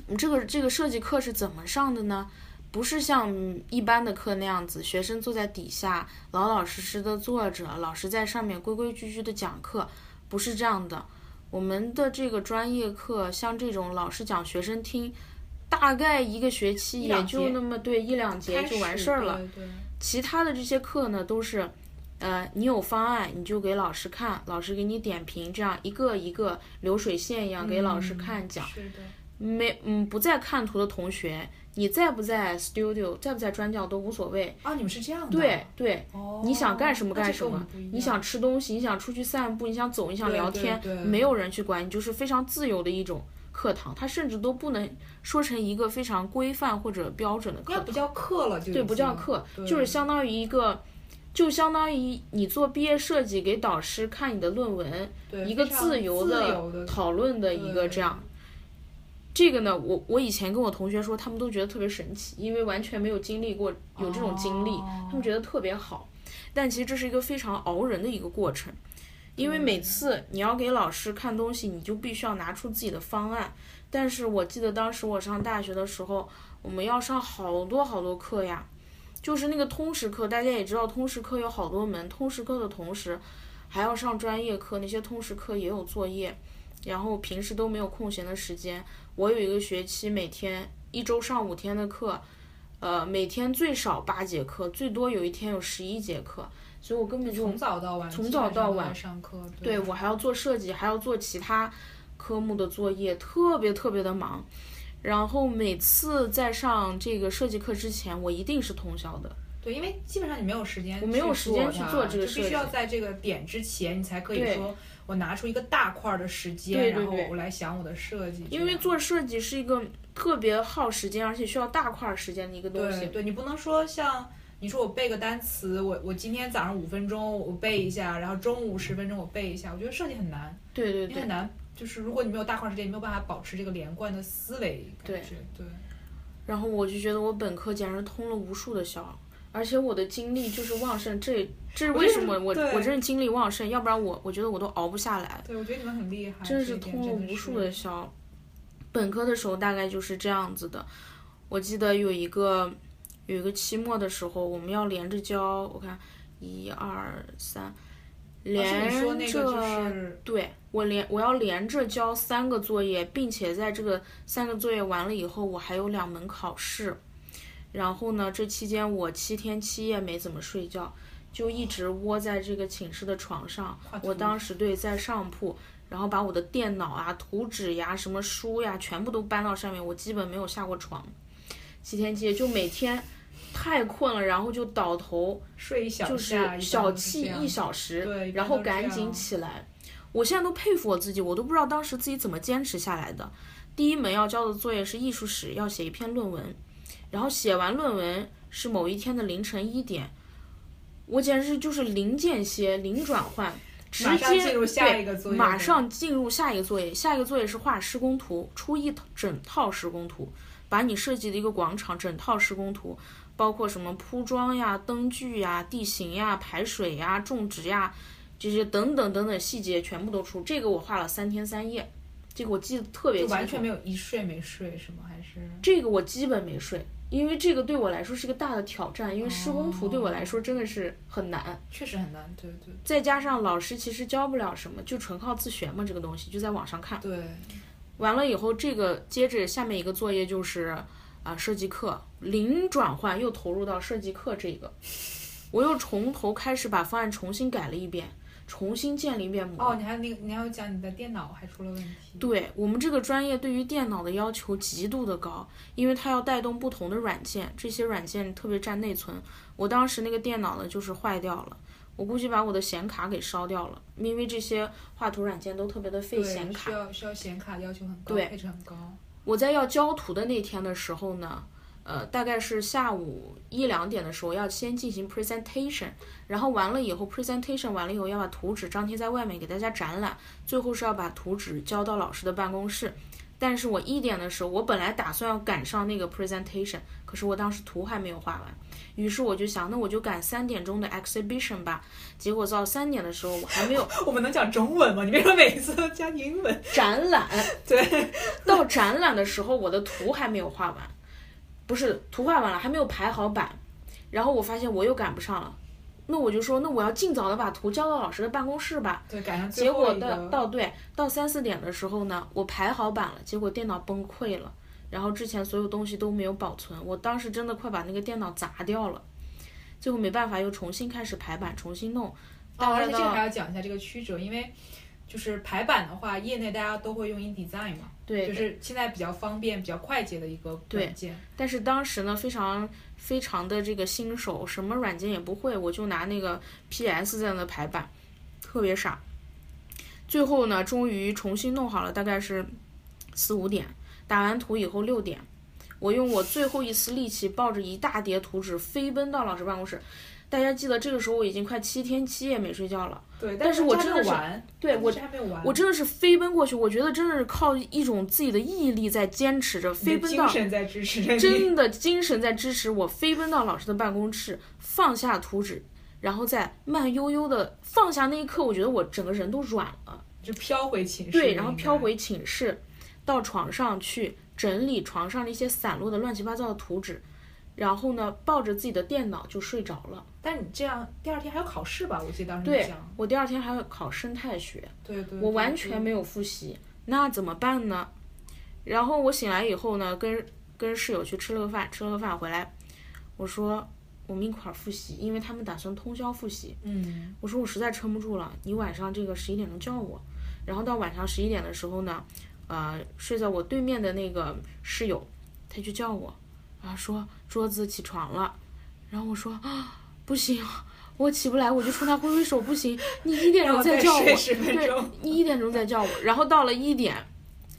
S1: 嗯这个这个设计课是怎么上的呢？不是像一般的课那样子，学生坐在底下老老实实的坐着，老师在上面规规矩矩的讲课，不是这样的。我们的这个专业课，像这种老师讲学生听，大概一个学期
S3: 一
S1: 也
S3: 两
S1: 就
S3: 节
S1: 那么对一两节
S3: 开
S1: 就完
S3: 始
S1: 事儿了。。
S3: 对对
S1: 其他的这些课呢，都是，呃，你有方案你就给老师看，老师给你点评，这样一个一个流水线一样给老师看讲。
S3: 嗯是的，
S1: 没，嗯，不在看图的同学，你在不在 studio，在不在专教都无所谓。
S3: 啊，你们是这样的。
S1: 对，对，
S3: 哦，
S1: 你想干什么干什么
S3: 那这跟我们不一，样
S1: 你想吃东西，你想出去散步，你想走，你想聊天，
S3: 对对对
S1: 没有人去管你，就是非常自由的一种课堂。它甚至都不能说成一个非常规范或者标准的课
S3: 应
S1: 堂。
S3: 该不叫课了，就对
S1: 不叫课，就是相当于一个，就相当于你做毕业设计给导师看你的论文，一个自由
S3: 的
S1: 的讨论的一个
S3: 对
S1: 这样。这个呢，我我以前跟我同学说，他们都觉得特别神奇，因为完全没有经历过有这种经历，他们觉得特别好。但其实这是一个非常熬人的一个过程，因为每次你要给老师看东西，你就必须要拿出自己的方案。但是我记得当时我上大学的时候，我们要上好多好多课呀，就是那个通识课，大家也知道，通识课有好多门，通识课的同时还要上专业课，那些通识课也有作业，然后平时都没有空闲的时间。我有一个学期每天一周上五天的课，呃，每天最少八节课，最多有一天有十一节课，所以我根本就
S3: 从早到晚，
S1: 从早到晚
S3: 基本上都在上课。
S1: 对我还要做设计，还要做其他科目的作业，特别特别的忙。然后每次在上这个设计课之前，我一定是通宵的。
S3: 对，因为基本上你没有时间，
S1: 我没有时间去做这个
S3: 就
S1: 设
S3: 必
S1: 计
S3: 须要在这个点之前，你才可以
S1: 对
S3: 说我拿出一个大块儿的时间，
S1: 对对
S3: 然后
S1: 对
S3: 我来想我的设计这样。
S1: 因为做设计是一个特别耗时间，而且需要大块儿时间的一个东
S3: 对
S1: 西。
S3: 对，你不能说像你说我背个单词，我我今天早上五分钟我背一下，然后中午十分钟我背一下，我觉得设计很难，
S1: 对对
S3: 你很
S1: 对，
S3: 难。就是如果你没有大块儿时间，你没有办法保持这个连贯的思维感
S1: 对
S3: 觉。对，
S1: 然后我就觉得我本科简直通了无数的宵，而且我的精力就是旺盛，这这是
S3: 我
S1: 为
S3: 就
S1: 什
S3: 是
S1: 么我
S3: 对
S1: 我真是精力旺盛，要不然我我觉得我都熬不下来。
S3: 对我觉得你们很厉害，
S1: 啊真
S3: 这
S1: 是
S3: 一点
S1: 通了
S3: 真
S1: 无数
S3: 是
S1: 的宵。本科的时候大概就是这样子的，我记得有一个有一个期末的时候，我们要连着交，我看一二三，连
S3: 而哦且你说那
S1: 着、
S3: 个就是
S1: 对我连我要连着交三个作业，并且在这个三个作业完了以后，我还有两门考试。然后呢，这期间我七天七夜没怎么睡觉，就一直窝在这个寝室的床上。我当时对在上铺，然后把我的电脑啊、图纸呀、什么书呀，全部都搬到上面，我基本没有下过床。七天七夜就每天太困了，然后就倒头，
S3: 睡一小
S1: 就
S3: 下
S1: 是
S3: 一
S1: 小
S3: 下子
S1: 憩
S3: 这样
S1: 一小时
S3: 对，一
S1: 然
S3: 般
S1: 后
S3: 都这
S1: 赶
S3: 样
S1: 紧起来。我现在都佩服我自己，我都不知道当时自己怎么坚持下来的。第一门要交的作业是艺术史，要写一篇论文，然后写完论文是某一天的凌晨一点，我简直就是零间歇、零转换，直
S3: 马上
S1: 接
S3: 进入下一个作
S1: 对，
S3: 业
S1: 马
S3: 了
S1: 上进入下一个作业。下一个作业是画施工图，出一整套施工图，把你设计的一个广场整套施工图，包括什么铺装呀、灯具呀、地形呀、排水呀、种植呀，这些等等等等细节全部都出。这个我画了三天三夜，这个我记得特别
S3: 就
S1: 清楚。
S3: 完全没有一睡没睡是吗？还是
S1: 这个我基本没睡，因为这个对我来说是个大的挑战，因为施工图对我来说真的是很难。
S3: 确实很难，对对
S1: 再加上老师其实教不了什么，就纯靠自学嘛，这个东西就在网上看。
S3: 对，
S1: 完了以后，这个接着下面一个作业就是啊、设计课零转换，又投入到设计课这个，我又从头开始把方案重新改了一遍，重新建立一遍模。
S3: 哦，你还那个你还有讲你的电脑还出了问题，
S1: 对我们这个专业对于电脑的要求极度的高，因为它要带动不同的软件，这些软件特别占内存。我当时那个电脑呢，就是坏掉了，我估计把我的显卡给烧掉了，因为这些画图软件都特别的费
S3: 对
S1: 显卡
S3: 需。要需要显卡要求很高，
S1: 对
S3: 配置很高，
S1: 我在要交图的那天的时候呢，呃，大概是下午一两点的时候，要先进行 presentation，然后完了以后，presentation 完了以后要把图纸张贴在外面给大家展览，最后是要把图纸交到老师的办公室。但是我一点的时候，我本来打算要赶上那个 presentation，可是我当时图还没有画完，于是我就想，那我就赶三点钟的 exhibition 吧。结果到三点的时候，我还没有
S3: 我们能讲中文吗？你为什么每次都加英文？
S1: 展览，
S3: 对，
S1: 到展览的时候，我的图还没有画完，不是图画完了，还没有排好版，然后我发现我又赶不上了，那我就说，那我要尽早的把图交到老师的办公室吧。
S3: 对，赶上
S1: 啊
S3: 最
S1: 结
S3: 后
S1: 果
S3: 一
S1: 到
S3: 个，哦
S1: 到对到三四点的时候呢，我排好版了，结果电脑崩溃了，然后之前所有东西都没有保存，我当时真的快把那个电脑砸掉了，最后没办法又重新开始排版，重新弄。
S3: 哦，而且这
S1: 到
S3: 个还要讲一下这个曲折，因为就是排版的话，业内大家都会用 InDesign 嘛，
S1: 对，
S3: 就是现在比较方便、比较快捷的一个
S1: 对
S3: 软件，
S1: 但是当时呢，非常非常的这个新手，什么软件也不会，我就拿那个 PS 在那排版，特别傻。最后呢，终于重新弄好了，大概是四五点，打完图以后六点，我用我最后一丝力气抱着一大叠图纸飞奔到老师办公室。大家记得这个时候我已经快七天七夜没睡觉了，
S3: 对，
S1: 但是
S3: 是
S1: 我
S3: 这
S1: 真
S3: 还没
S1: 的是
S3: 完，
S1: 对我
S3: 这还没有完，
S1: 我真的是飞奔过去，我觉得真的是靠一种自己的毅力在坚持着
S3: 你
S1: 飞
S3: 的
S1: 奔到
S3: 精神在支持着你，
S1: 真的精神在支持我，飞奔到老师的办公室，放下图纸，然后再慢悠悠的放下那一刻，我觉得我整个人都软了，
S3: 就飘回寝室，
S1: 对，然后
S3: 应该
S1: 飘。回寝室，到床上去整理床上那些散落的乱七八糟的图纸，然后呢，抱着自己的电脑就睡着了。
S3: 但你这样第二天还有考试吧？我记得当时你
S1: 对
S3: 讲，
S1: 我第二天还要考生态学，
S3: 对对，
S1: 我
S3: 对
S1: 完
S3: 对
S1: 全没有复习，那怎么办呢？然后我醒来以后呢，跟跟室友去吃了个饭，吃了个饭回来，我说我们一块儿复习，因为他们打算通宵复习。
S3: 嗯，
S1: 我说我实在撑不住了，你晚上这个十一点钟叫我。然后到晚上十一点的时候呢，呃，睡在我对面的那个室友，他就叫我，啊，说桌子起床了。然后我说啊，不行，我起不来，我就冲他挥挥手，不行，你一点
S3: 让
S1: 钟
S3: 我再
S1: 叫我，
S3: 睡十分
S1: 对
S3: 钟，
S1: 一点钟再叫我，然后到了一点，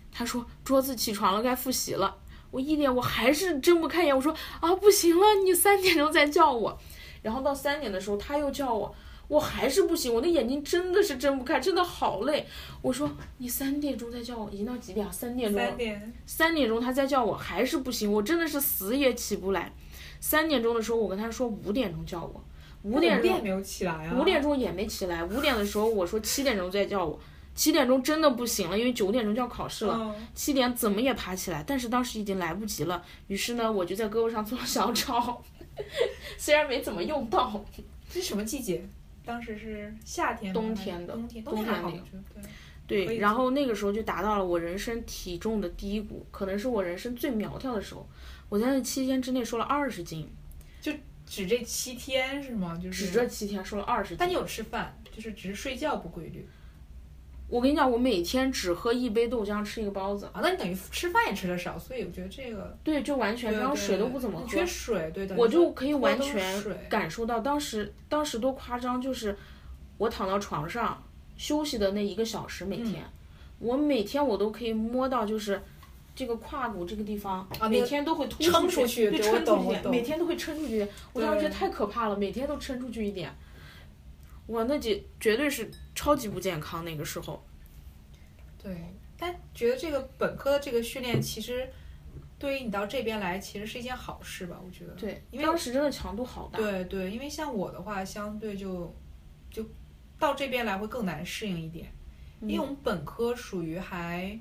S1: 他说桌子起床了，该复习了。我一点我还是睁不开眼，我说啊不行了，你三点钟再叫我。然后到三点的时候他又叫我，我还是不行，我的眼睛真的是睁不开，真的好累。我说你三点钟再叫我，已经到几点啊？三点钟了
S3: 三。点，
S1: 三点钟他再叫我还是不行，我真的是死也起不来。三点钟的时候我跟他说五点钟叫我，五点
S3: 五
S1: 钟
S3: 点没有起来啊，
S1: 五点钟也没起来，五点的时候我说七点钟再叫我，七点钟真的不行了，因为九点钟就要考试了，
S3: 嗯，
S1: 七点怎么也爬起来，但是当时已经来不及了，于是呢我就在胳膊上做了小抄， 虽然没怎么用到。
S3: 这是什么季节？当时是夏天吗，
S1: 冬天的
S3: 冬天，
S1: 冬
S3: 冬天还好，
S1: 天
S3: 我觉得对可
S1: 对，
S3: 以
S1: 然后那个时候就达到了我人生体重的低谷，可能是我人生最苗条的时候。我在那七天之内瘦了二十斤，
S3: 只这七天是吗？就
S1: 只
S3: 是
S1: 这七天瘦了二十斤。
S3: 嗯但你有吃饭，就是只是睡觉不规律
S1: 我跟你讲，我每天只喝一杯豆浆，吃一个包子，
S3: 啊？那你等于吃饭也吃的少，所以我觉得这个
S1: 对，就完全，
S3: 对
S1: 然后
S3: 对
S1: 水都
S3: 对
S1: 不怎么
S3: 你
S1: 喝
S3: 缺。水，对的，
S1: 我
S3: 你说
S1: 就可以
S3: 多
S1: 完
S3: 都是
S1: 全
S3: 水
S1: 感受到当时当时多夸张，就是我躺到床上休息的那一个小时，
S3: 嗯
S1: 每天、我每天我都可以摸到，就是这个胯骨这个地方，
S3: 啊那
S1: 每
S3: 个
S1: 天都会突
S3: 撑
S1: 出
S3: 出去
S1: 对，
S3: 对
S1: 撑
S3: 我
S1: 出
S3: 懂
S1: 去一
S3: 我
S1: 点，
S3: 懂
S1: 每天都会撑出去一点。我当时觉得
S3: 对
S1: 太可怕了，每天都撑出去一点，哇，那绝绝对是超级不健康那个时候。
S3: 对，但觉得这个本科的这个训练，其实对于你到这边来，其实是一件好事吧？我觉得。
S1: 对，
S3: 因为
S1: 当时真的强度好大。
S3: 对对，因为像我的话，相对就就到这边来会更难适应一点，因
S1: 嗯
S3: 为我们本科属于还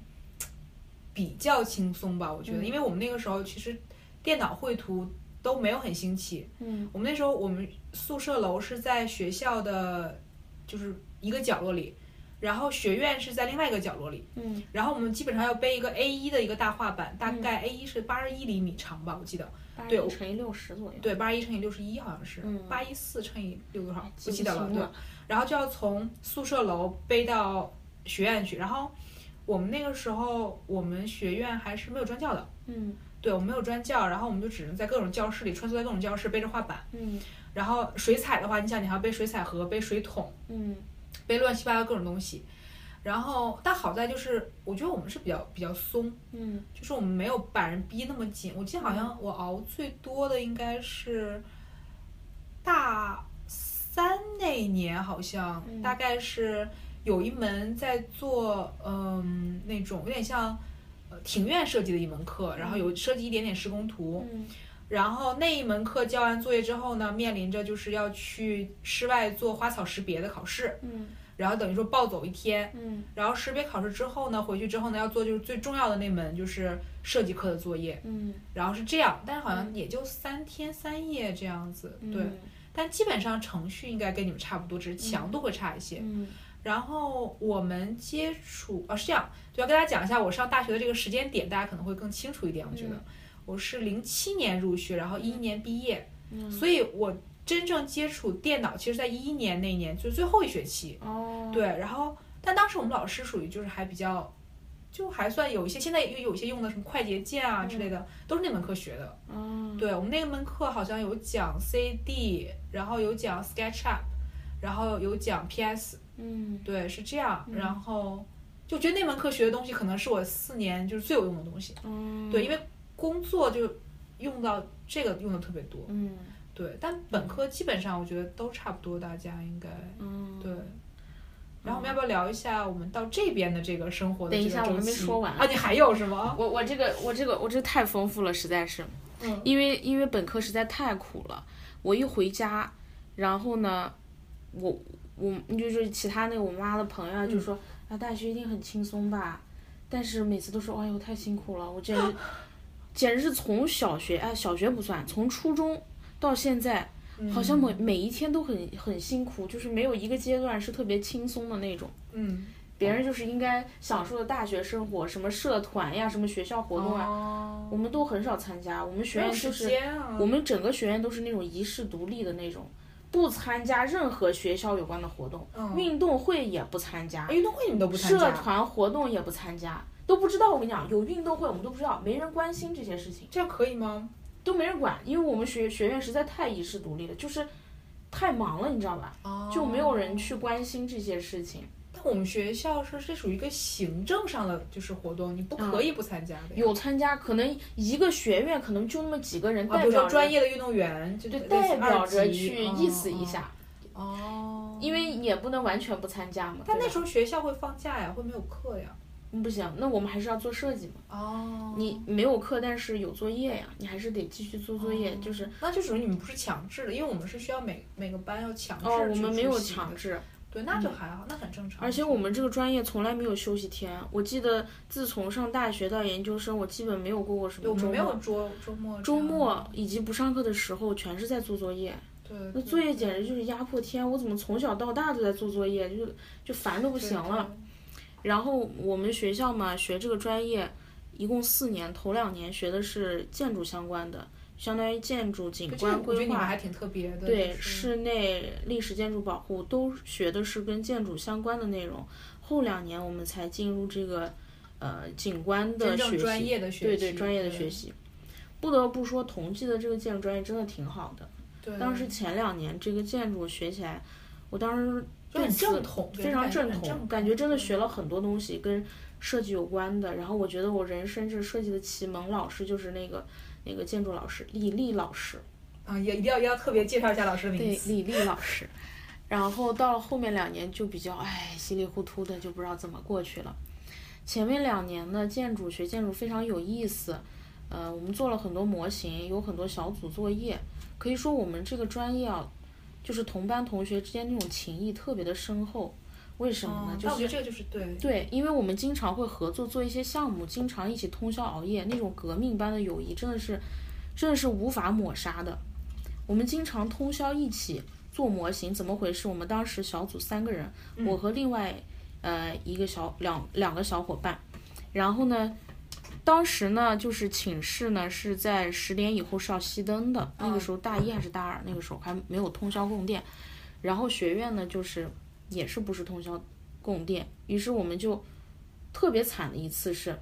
S3: 比较轻松吧，我觉得，
S1: 嗯
S3: 因为我们那个时候其实电脑绘图都没有很新奇，
S1: 嗯
S3: 我们那时候我们宿舍楼是在学校的就是一个角落里，然后学院是在另外一个角落里。
S1: 嗯
S3: 然后我们基本上要背一个 A 1的一个大画板，大概 A 1是八十一厘米长吧，我记得，
S1: 八
S3: 对
S1: 一
S3: 我
S1: 乘以六十左右。
S3: 对，八十一乘以六十一好像是
S1: 嗯，哎
S3: 八一四乘以六多少，
S1: 记
S3: 不
S1: 不
S3: 记得了。
S1: 清
S3: 对
S1: 了，
S3: 然后就要从宿舍楼背到学院去，然后我们那个时候我们学院还是没有专教的，
S1: 嗯
S3: 对我们没有专教，然后我们就只能在各种教室里穿梭在各种教室背着画板，
S1: 嗯
S3: 然后水彩的话，你想你还要背水彩盒、背水桶，
S1: 嗯
S3: 背乱七八糟各种东西。然后，但好在就是，我觉得我们是比较比较松，
S1: 嗯
S3: 就是我们没有把人逼那么紧。我记得好像我熬最多的应该是大三那年，好像、
S1: 嗯
S3: 大概是有一门在做嗯那种有点像呃庭院设计的一门课，然后有设计一点点施工图。
S1: 嗯
S3: 然后那一门课交完作业之后呢，面临着就是要去室外做花草识别的考试，
S1: 嗯
S3: 然后等于说暴走一天。
S1: 嗯
S3: 然后识别考试之后呢，回去之后呢，要做就是最重要的那门就是设计课的作业，
S1: 嗯，
S3: 然后是这样，但是好像也就三天三夜这样子，对。
S1: 嗯
S3: 但基本上程序应该跟你们差不多，只是强度会差一些。
S1: 嗯
S3: 然后我们接触啊是这样，就要跟大家讲一下我上大学的这个时间点，大家可能会更清楚一点。我觉得、
S1: 嗯
S3: 我是零七年入学，然后一一年毕业，
S1: 嗯，
S3: 所以我真正接触电脑，其实在一一年那一年，就是最后一学期。
S1: 哦，
S3: 对，然后但当时我们老师属于就是还比较，就还算有一些，现在又有一些用的什么快捷键啊
S1: 嗯
S3: 之类的，都是那门课学的。
S1: 哦，
S3: 对我们那门课好像有讲 CD，然后有讲 SketchUp，然后有讲 PS，
S1: 嗯
S3: 对，是这样。
S1: 嗯
S3: 然后就觉得那门课学的东西可能是我四年就是最有用的东西。
S1: 嗯，
S3: 对，因为工作就用到这个用的特别多。
S1: 嗯
S3: 对，但本科基本上我觉得都差不多，大家应该。
S1: 嗯，
S3: 对。然后我们要不要聊一下我们到这边的这个生活的
S1: 等一
S3: 这个
S1: 下我
S3: 周
S1: 还没
S3: 期
S1: 说完
S3: 啊，你还有什么？
S1: 我我这个我这个我这太丰富了，实在是，
S3: 嗯
S1: 因为因为本科实在太苦了，我一回家，然后呢，我我就是其他那个我妈的朋友啊就
S3: 嗯
S1: 说、啊，大学一定很轻松吧，但是每次都说，哎呦太辛苦了，我简 直简直是从小学哎小学不算，从初中到现在，
S3: 嗯
S1: 好像每每一天都很很辛苦，就是没有一个阶段是特别轻松的那种。
S3: 嗯，
S1: 别人就是应该享受的大学生活，什么社团呀，什么学校活动啊，
S3: 哦，
S1: 我们都很少参加。我们学
S3: 没有
S1: 院
S3: 时
S1: 就是
S3: 间啊，
S1: 我们整个学院都是那种一世独立的那种，不参加任何学校有关的活动，
S3: 嗯
S1: 运动会也不参加
S3: 哎，运动会你们都不参
S1: 社
S3: 加，
S1: 团活动也不参加，都不知道。我跟你讲，有运动会我们都不知道，没人关心这些事情，
S3: 这样可以吗？
S1: 都没人管，因为我们学学院实在太一世独立了，就是太忙了，你知道吧？
S3: 哦
S1: 就没有人。去关心这些事情。
S3: 但我们学校是这属于一个行政上的就是活动，你不
S1: 嗯
S3: 可以不参加的呀。
S1: 有参加，可能一个学院可能就那么几个人
S3: 啊，
S1: 代
S3: 比如
S1: 表
S3: 说
S1: 着
S3: 专业的运动员，就
S1: 对
S3: 类
S1: 代
S3: 似二
S1: 表着
S3: 级嗯
S1: 去意思一。下，
S3: 哦，哦
S1: 因为也不能完全不参加嘛。
S3: 但
S1: 对
S3: 那
S1: 吧
S3: 时候学校会放假呀，会没有课呀。
S1: 嗯不行，那我们还是要做设计嘛。
S3: 哦，
S1: 你没有课，但是有作业呀，你还是得继续做作业。
S3: 哦
S1: 就是
S3: 那就属于你们不是强制的，因为我们是需要每每个班要强制
S1: 哦，我
S3: 去
S1: 们没
S3: 出
S1: 有
S3: 席的
S1: 强制，嗯
S3: 对，那就还好，那很正常。
S1: 而且我们这个专业从来没有休息天，我记得自从上大学到研究生，我基本没有过过什
S3: 对我
S1: 么
S3: 们
S1: 周
S3: 没有
S1: 末。
S3: 周周末
S1: 周
S3: 周
S1: 末以及不上课的时候，全是在做作业。
S3: 对
S1: 那作业简直就是压迫天，我怎么从小到大都在做作业，就就烦的不
S3: 不
S1: 行了。。然后我们学校嘛，学这个专业，一共四年，头两年学的是建筑相关的，相当于建筑景
S3: 对对对
S1: 观
S3: 这个我觉得
S1: 规
S3: 你们
S1: 划
S3: 还挺特别的，
S1: 对，
S3: 就是
S1: 室内历史建筑保护都学的是跟建筑相关的内容。后两年我们才进入这个呃景观的
S3: 真
S1: 学
S3: 正
S1: 习，
S3: 专业的学习，
S1: 对对专业的学。习。不得不说，同济的这个建筑专业真的挺好的。
S3: 对，
S1: 当时前两年这个建筑学起来，我当时
S3: 就很
S1: 对此
S3: 正统，
S1: 非常
S3: 正
S1: 正嗯统，感觉真的学了很多东西跟设计有关的。然后我觉得我人生这设计的启蒙老师就是那个那个建筑老师李丽老师。
S3: 啊，也一定要要特别介绍一下老师的名
S1: 对，
S3: 字。
S1: 李丽老师。然后到了后面两年就比较哎稀里糊涂的，就不知道怎么过去了。前面两年呢，建筑学建筑非常有意思，呃，我们做了很多模型，有很多小组作业，可以说我们这个专业啊，就是同班同学之间那种情谊特别的深厚。为什么呢？
S3: 嗯
S1: 就
S3: 但我觉
S1: 是
S3: 得这个就是对，
S1: 对，因为我们经常会合作做一些项目，经常一起通宵熬夜，那种革命般的友谊真的是，真的是无法抹杀的。我们经常通宵一起做模型，怎么回事？我们当时小组三个人，
S3: 嗯
S1: 我和另外呃一个小两两个小伙伴，然后呢。当时呢，就是寝室呢是在十点以后是要熄灯的。那
S3: 嗯
S1: 个时候大一还是大二，那个时候还没有通宵供电。然后学院呢，就是也是不是通宵供电。于是我们就特别惨的一次是，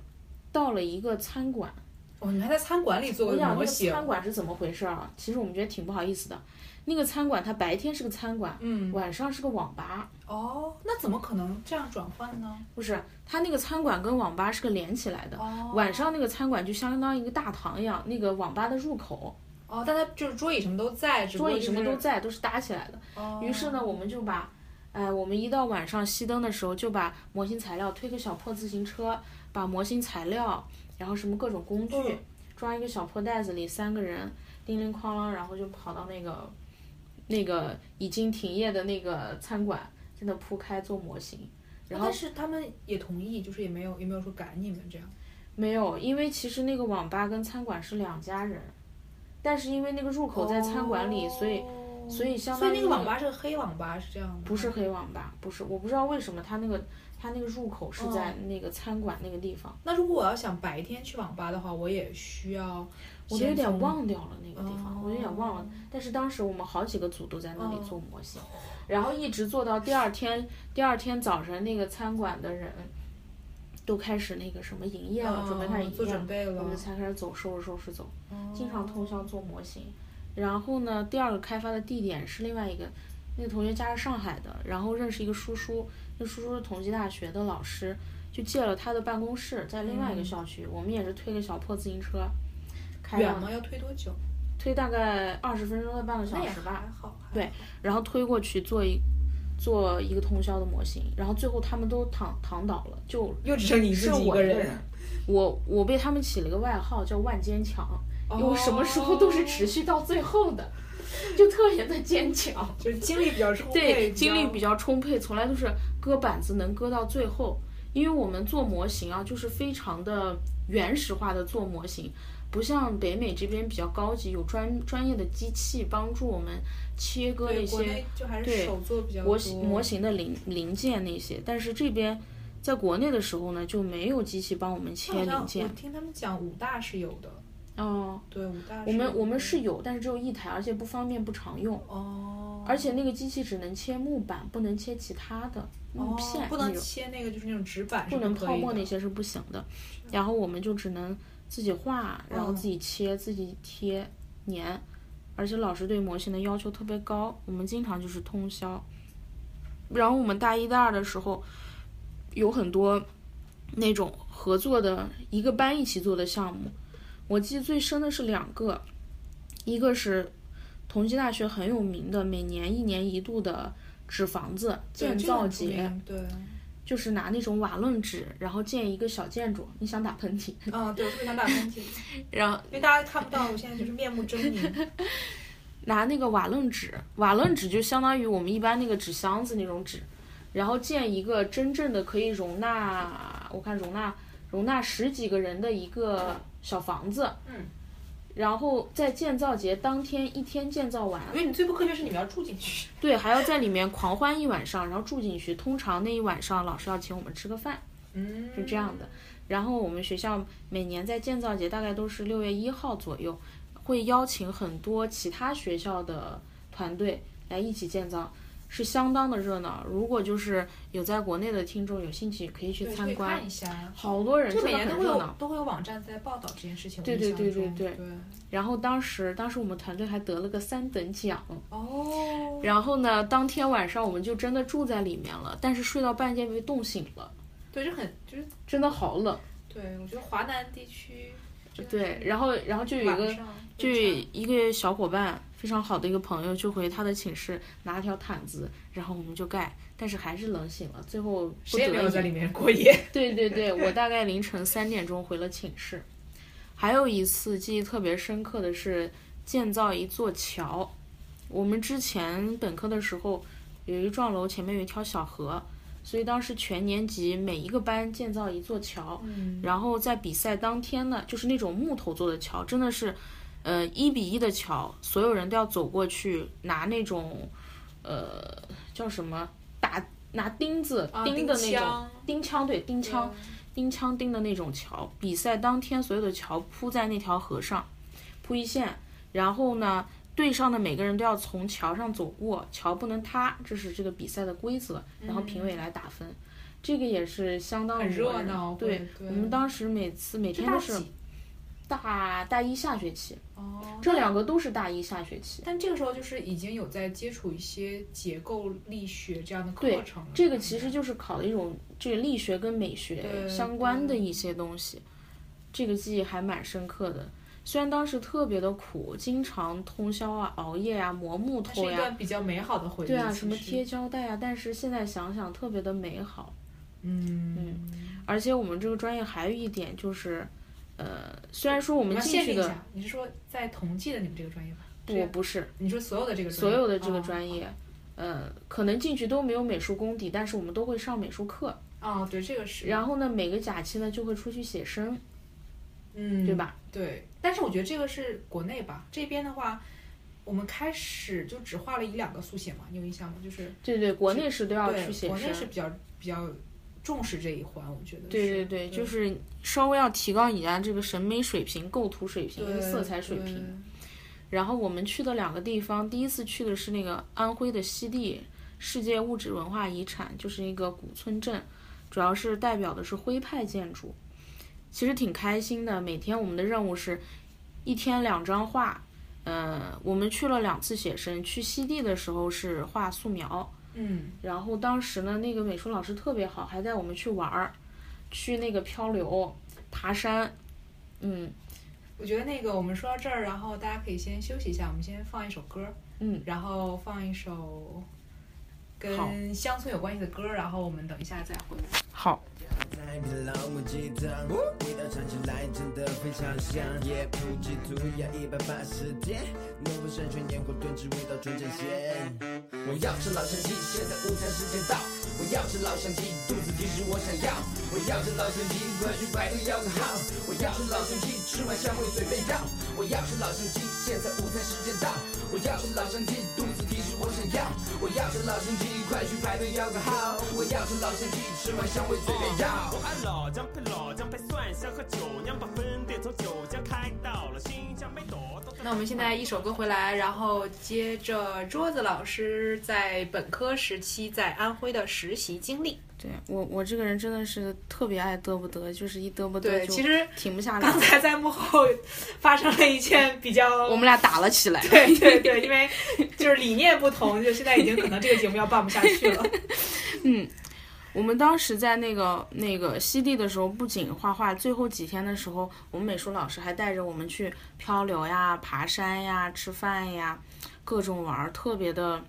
S1: 到了一个餐馆，
S3: 哦，你们还在餐馆里做
S1: 我
S3: 过
S1: 想那
S3: 模
S1: 个
S3: 型，
S1: 餐馆是怎么回事啊？其实我们觉得挺不好意思的。那个餐馆它白天是个餐馆，
S3: 嗯，
S1: 晚上是个网吧。
S3: 哦，那怎么可能这样转换呢？
S1: 不是，它那个餐馆跟网吧是个连起来的。
S3: 哦，
S1: 晚上那个餐馆就相当于一个大堂一样，那个网吧的入口，
S3: 哦，但它就是桌椅什么都在，只不
S1: 桌
S3: 过
S1: 椅
S3: 就
S1: 什么
S3: 是
S1: 都在，都是搭起来的。
S3: 哦
S1: 于是呢，我们就把，哎，我们一到晚上熄灯的时候，就把模型材料推个小破自行车，把模型材料，然后什么各种工具，
S3: 嗯
S1: 装一个小破袋子里，三个人叮铃哐啷，然后就跑到那个那个已经停业的那个餐馆，在那铺开做模型。然后
S3: 哦但是他们也同意，就是也没有也没有说赶你们这样。
S1: 没有，因为其实那个网吧跟餐馆是两家人，但是因为那个入口在餐馆里，
S3: 哦
S1: 所以所以相
S3: 所
S1: 当
S3: 以
S1: 于
S3: 那个网吧是黑网吧是这样吗？
S1: 不是黑网吧，不是，我不知道为什么他那个他那个入口是在
S3: 哦
S1: 那个餐馆那个地方，
S3: 那如果我要想白天去网吧的话，我也需要
S1: 我都有点忘掉了那个地方，
S3: 哦哦
S1: 我有点忘了。但是当时我们好几个组都在那里做模型，然后一直做到第二天，第二天早晨那个餐馆的人都开始那个什么营业
S3: 先从，
S1: 了，准备开始
S3: 嗯
S1: 营
S3: 做
S1: 业了
S3: 准备了
S1: 我。们才开始走，收拾收拾走，经常
S3: 哦
S1: 通宵做模型。然后呢，第二个开发的地点是另外一个，那个同学家是上海的，然后认识一个叔叔，那叔叔是同济大学的老师，就借了他的办公室，在另外一个校
S3: 嗯
S1: 区，我们也是推个小破自行车，开
S3: 远
S1: 到
S3: 吗？要推多久？
S1: 推大概二十分钟到半个
S3: 那
S1: 小
S3: 也
S1: 时吧，
S3: 还好。还
S1: 对
S3: 好，
S1: 然后推过去做一做一个通宵的模型，然后最后他们都躺躺倒了，就
S3: 又只剩你自
S1: 是
S3: 己
S1: 我
S3: 个
S1: 一个
S3: 人
S1: 人，我我被他们起了个外号叫万坚强，因为我什么时候都是持续到最后的，就特别的坚强
S3: 哦，。就是精力比较充沛，
S1: 对，精力比较充沛，从来都是割板子能割到最后。因为我们做模型啊，就是非常的原始化的做模型，不像北美这边比较高级，有专专业的机器帮助我们切割那
S3: 对国
S1: 些
S3: 内就还是
S1: 对
S3: 手做比较
S1: 模
S3: 多。
S1: 型模型的零零件那些。但是这边在国内的时候呢，就没有机器帮我们切
S3: 那好像
S1: 零件
S3: 我。听他们讲武大是有的，
S1: 哦，
S3: 对武大是有的。
S1: 我们我们是有，但是只有一台，而且不方便，不常用。
S3: 哦，
S1: 而且那个机器只能切木板，不能切其他的木
S3: 哦
S1: 片那种，
S3: 不能切那个就是那种纸板是
S1: 不
S3: 可以的，
S1: 能泡沫那些是不行的。然后我们就只能自己画，然后
S3: 嗯
S1: 自己切、自己贴、粘。而且老师对模型的要求特别高，我们经常就是通宵。然后我们大一、大二的时候，有很多那种合作的一个班一起做的项目，我记得最深的是两个，一个是同济大学很有名的每年一年一度的纸房子
S3: 对
S1: 建
S3: 这个
S1: 造
S3: 很出
S1: 节，
S3: 名对，
S1: 就是拿那种瓦楞纸，然后建一个小建筑。你想打喷嚏，
S3: 嗯，对，我特别想打喷嚏，
S1: 然后
S3: 因为大家看不到，我现在就是面目狰 狞。
S1: 拿那个瓦楞纸，瓦楞纸就相当于我们一般那个纸箱子那种纸，然后建一个真正的可以容纳，我看容纳容纳十几个人的一个小房子，
S3: 嗯，
S1: 然后在建造节当天一天建造完，
S3: 因为你最不科学是你们要住进去，
S1: 对，还要在里面狂欢一晚上，然后住进去。通常那一晚上老师要请我们吃个饭，
S3: 嗯，
S1: 是这样的。然后我们学校每年在建造节大概都是六月一号左右，会邀请很多其他学校的团队来一起建造，是相当的热闹。如果就是有在国内的听众有兴趣，可以去
S3: 对，去
S1: 参观
S3: 看一，下。
S1: 好多人
S3: 就
S1: 真的
S3: 每年都
S1: 很
S3: 会
S1: 热
S3: 有
S1: 闹。
S3: 都会有网站在报道这件事情，我
S1: 对对
S3: 印象
S1: 对对
S3: 中
S1: 对
S3: 对，
S1: 然后当时当时我们团队还得了个三等奖。
S3: 哦，
S1: 然后呢，当天晚上我们就真的住在里面了，但是睡到半夜被冻醒了，
S3: 对，就很就是
S1: 真的好冷。
S3: 对，我觉得华南地区真的
S1: 对，然后然后就有一个
S3: 晚上
S1: 就有一个小伙伴，非常好的一个朋友，就回他的寝室拿了条毯子，然后我们就盖，但是还是冷醒了，最后不
S3: 谁也没有
S1: 得
S3: 在
S1: 已
S3: 里。面过夜，
S1: 对对对，我大概凌晨三点钟回了寝室。还有一次记忆特别深刻的是建造一座桥。我们之前本科的时候有一幢楼前面有一条小河，所以当时全年级每一个班建造一座桥。
S3: 嗯，
S1: 然后在比赛当天呢，就是那种木头做的桥，真的是，呃，一比一的桥，所有人都要走过去拿那种，呃，叫什么打拿钉子
S3: 啊
S1: 钉的那
S3: 钉
S1: 种、
S3: 枪
S1: 钉枪，对，钉枪，钉枪钉的那种桥。比赛当天，所有的桥铺在那条河上，铺一线，然后呢，队上的每个人都要从桥上走过，桥不能塌，这是这个比赛的规则。
S3: 嗯
S1: 然后评委来打分，这个也是相当
S3: 很
S1: 磨
S3: 热
S1: 人
S3: 闹，
S1: 对，
S3: 对，
S1: 我们当时每次每天
S3: 大
S1: 都是
S3: 喜
S1: 大大一下学期，
S3: 哦，
S1: 这两个都是大一下学期。
S3: 但这个时候就是已经有在接触一些结构力学这样的
S1: 对
S3: 课程了。
S1: 这个其实就是考的一种这个力学跟美学
S3: 对
S1: 相关的一些东西，这个记忆还蛮深刻的。虽然当时特别的苦，经常通宵啊、熬夜啊、磨木
S3: 它是
S1: 头
S3: 一
S1: 呀、
S3: 段比较美好的回忆。
S1: 对啊，
S3: 其
S1: 什么
S3: 实，
S1: 贴胶带啊，但是现在想想特别的美好。
S3: 嗯，
S1: 而且我们这个专业还有一点就是，呃，虽然说我
S3: 我
S1: 们
S3: 要
S1: 进
S3: 限
S1: 去
S3: 定一
S1: 的
S3: 下，你是说在同济的你们这个专业吧？这
S1: 不
S3: 样
S1: 不是，
S3: 你说所有的这个专
S1: 所有的这个
S3: 哦
S1: 专业，呃，可能进去都没有美术功底，但是我们都会上美术课。
S3: 哦，对，这个是，
S1: 然后呢，每个假期呢就会出去写生，
S3: 嗯，
S1: 对？吧？
S3: 对，但是我觉得这个是国内吧，这边的话，我们开始就只画了一两个速写嘛，你有印象吗？就是
S1: 对对，国内是都要去
S3: 对，
S1: 写
S3: 国内是
S1: 生。
S3: 比较比较重视这一环，我觉得是。
S1: 对对对，就是是稍微要提高你家这个审美水平、构图水平、
S3: 对
S1: 色彩水平。
S3: 平，
S1: 然后我们去的两个地方，第一次去的是那个安徽的西递世界物质文化遗产，就是一个古村镇，主要是代表的是徽派建筑。其实挺开心的，每天我们的任务是一天两张画。呃，我们去了两次写生，去西递的时候是画素描，
S3: 嗯，
S1: 然后当时呢，那个美术老师特别好，还带我们去玩儿，去那个漂流、爬山，嗯，
S3: 我觉得那个我们说到这儿，然后大家可以先休息一下，我们先放一首歌，
S1: 嗯，
S3: 然后放一首
S1: 好
S3: 跟乡村有关系的歌，然后我们等一下再回来。
S1: 好，
S5: 在米朗姆鸡汤，味道尝起来真的非常香，也不知足要一百八十天，农夫山泉烟火炖制味道纯正鲜。我要吃老乡鸡，现在午餐时间到，我要吃老乡鸡，肚子其实我想要，我要吃老乡鸡，快去百度要个号，我要吃老乡鸡，吃完香味嘴边绕，我要吃老乡鸡，现在午餐时间到，我要吃老乡鸡，肚子其实我想要，我要吃老乡鸡，快去排队要个号，我要吃老乡鸡，吃完香味嘴边绕。
S6: 我爱老姜配老姜配蒜香和酒酿，把分店从九江开到了新疆，没躲都在
S4: 那我们现在一首歌回来，然后接着桌子老师在本科时期在安徽的实习经历。
S1: 对我我这个人真的是特别爱嘚不嘚，就是一嘚不嘚
S4: 对，
S1: 就
S4: 其实
S1: 停不下来
S3: 刚。才在幕后发生了一件比较
S1: 我们俩打了起来，
S3: 对对对，因为就是理念不同，就现在已经可能这个节目要办不下去 了。
S1: 我们当时在那个那个西地的时候，不仅画画，最后几天的时候，我们美术老师还带着我们去漂流呀、爬山呀、吃饭呀，各种玩儿，特别的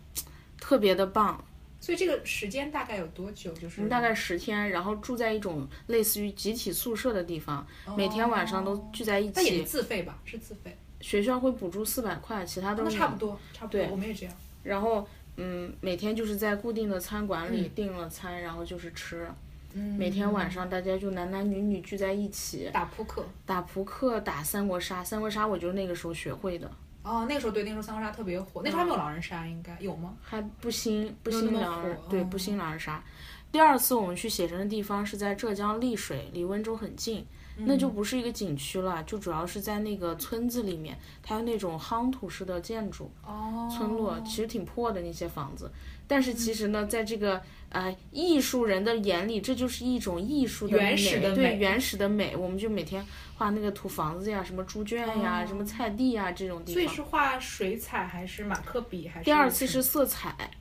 S1: 特别的棒。
S3: 所以这个时间大概有多久？就是、
S4: 嗯
S1: 大概十天，然后住在一种类似于集体宿舍的地方，
S3: 哦
S1: 每天晚上都聚在一
S3: 那也是
S1: 起。
S3: 自费吧？是自费，
S1: 学校会补助四百块，其他都
S3: 那
S1: 是
S3: 差不多，差不多，
S1: 对
S3: 我们也这样。
S1: 然后嗯，每天就是在固定的餐馆
S3: 嗯
S1: 里订了餐，然后就是吃。每天晚上大家就男男女女聚在一起
S3: 打扑克。
S1: 打扑克、打三国杀。三国杀我就是那个时候学会的，
S3: 哦，那个时候对，那个时候三国杀特别火，那时候还
S1: 嗯
S3: 没有狼人杀，应该有吗？
S1: 还不兴不
S3: 没有那
S1: 兴
S3: 么
S1: 狼人
S3: 火，
S1: 对
S3: 哦
S1: 不兴狼人杀。第二次我们去写生的地方是在浙江丽水，离温州很近，
S3: 嗯
S1: 那就不是一个景区了，就主要是在那个村子里面，它有那种夯土式的建筑，
S3: 哦，嗯
S1: 村落其实挺破的那些房子，但是其实呢，在这个呃艺术人的眼里，这就是一种艺术的
S3: 原始的
S1: 对
S3: 美
S1: 原始的美。我们就每天画那个土房子呀，什么猪圈呀，
S3: 哦
S1: 什么菜地呀这种地
S3: 所以
S1: 方。
S3: 是画水彩还是马克笔还是？
S1: 第二次是色彩，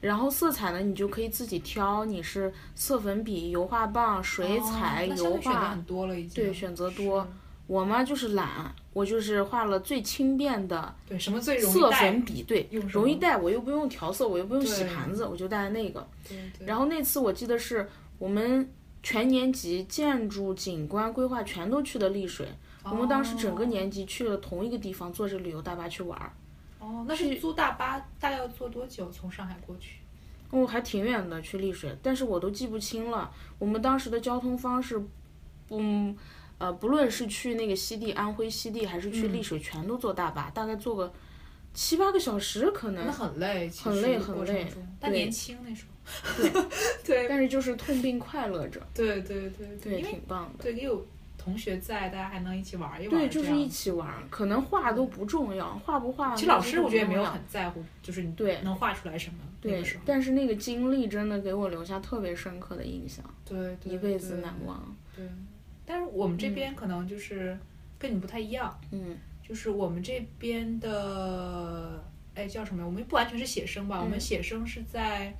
S1: 然后色彩呢，你就可以自己挑，你是色粉笔、油画棒、水彩、
S3: 哦那相
S1: 油
S3: 对选择
S1: 画
S3: 很，多了已经。
S1: 对，选择多
S3: 嗯是。
S1: 我嘛就是懒，我就是画了最轻便的
S3: 对什么最容易
S1: 色
S3: 带？
S1: 粉笔，对
S3: 用，什么
S1: 容易带，我又不用调色，我又不用洗
S3: 对
S1: 盘子，我就带那个。
S3: 对对
S1: 然后那次我记得是我们全年级建筑、景观、规划全都去的丽水，我们当时整个年级去了同一个地方，坐着旅游大巴去玩儿。
S3: 哦，那是租大巴，大概要坐多久从上海过去？
S1: 哦，还挺远的，去丽水，但是我都记不清了。我们当时的交通方式，嗯，呃，不论是去那个西地，安徽西地，还是
S3: 嗯
S1: 去丽水，全都坐大巴，大概坐个七八个小时可能
S3: 那。很累，其实
S1: 很累
S3: 过
S1: 很
S3: 程
S1: 累
S3: 中但
S1: 对
S3: 年轻那时候。
S1: 但是就是痛并快乐着，
S3: 对对对
S1: 对，
S3: 因为
S1: 挺棒的。
S3: 对也有同学在，大家还能一起玩一玩。
S1: 对，就是一
S3: 起。
S1: 起玩儿，可能画都不重要，画不画。
S3: 其实老师我觉得也没有
S1: 很。
S3: 很在乎，就是你
S1: 对
S3: 能画出来什么。那
S1: 对
S3: 个时候，
S1: 但是那个经历真的给我留下特别深刻的印象，
S3: 对对
S1: 一辈子
S3: 对
S1: 难忘。
S3: 对，但是我们这边可能就是跟你不太一样，
S1: 嗯
S3: 就是我们这边的，哎，叫什么呀？我们不完全是写生吧，我们
S1: 嗯
S3: 写生是在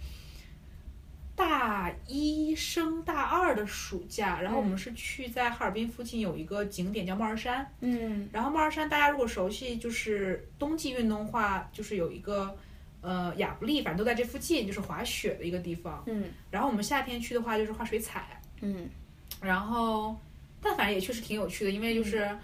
S3: 大一升大二的暑假，然后我
S1: 嗯
S3: 们是去在哈尔滨附近有一个景点叫帽儿山，
S1: 嗯
S3: 然后帽儿山大家如果熟悉，就是冬季运动化，就是有一个。呃，亚布力反正都在这附近，就是滑雪的一个地方。
S1: 嗯
S3: 然后我们夏天去的话，就是画水彩，
S1: 嗯
S3: 然后，但反正也确实挺有趣的，因为就是、
S1: 嗯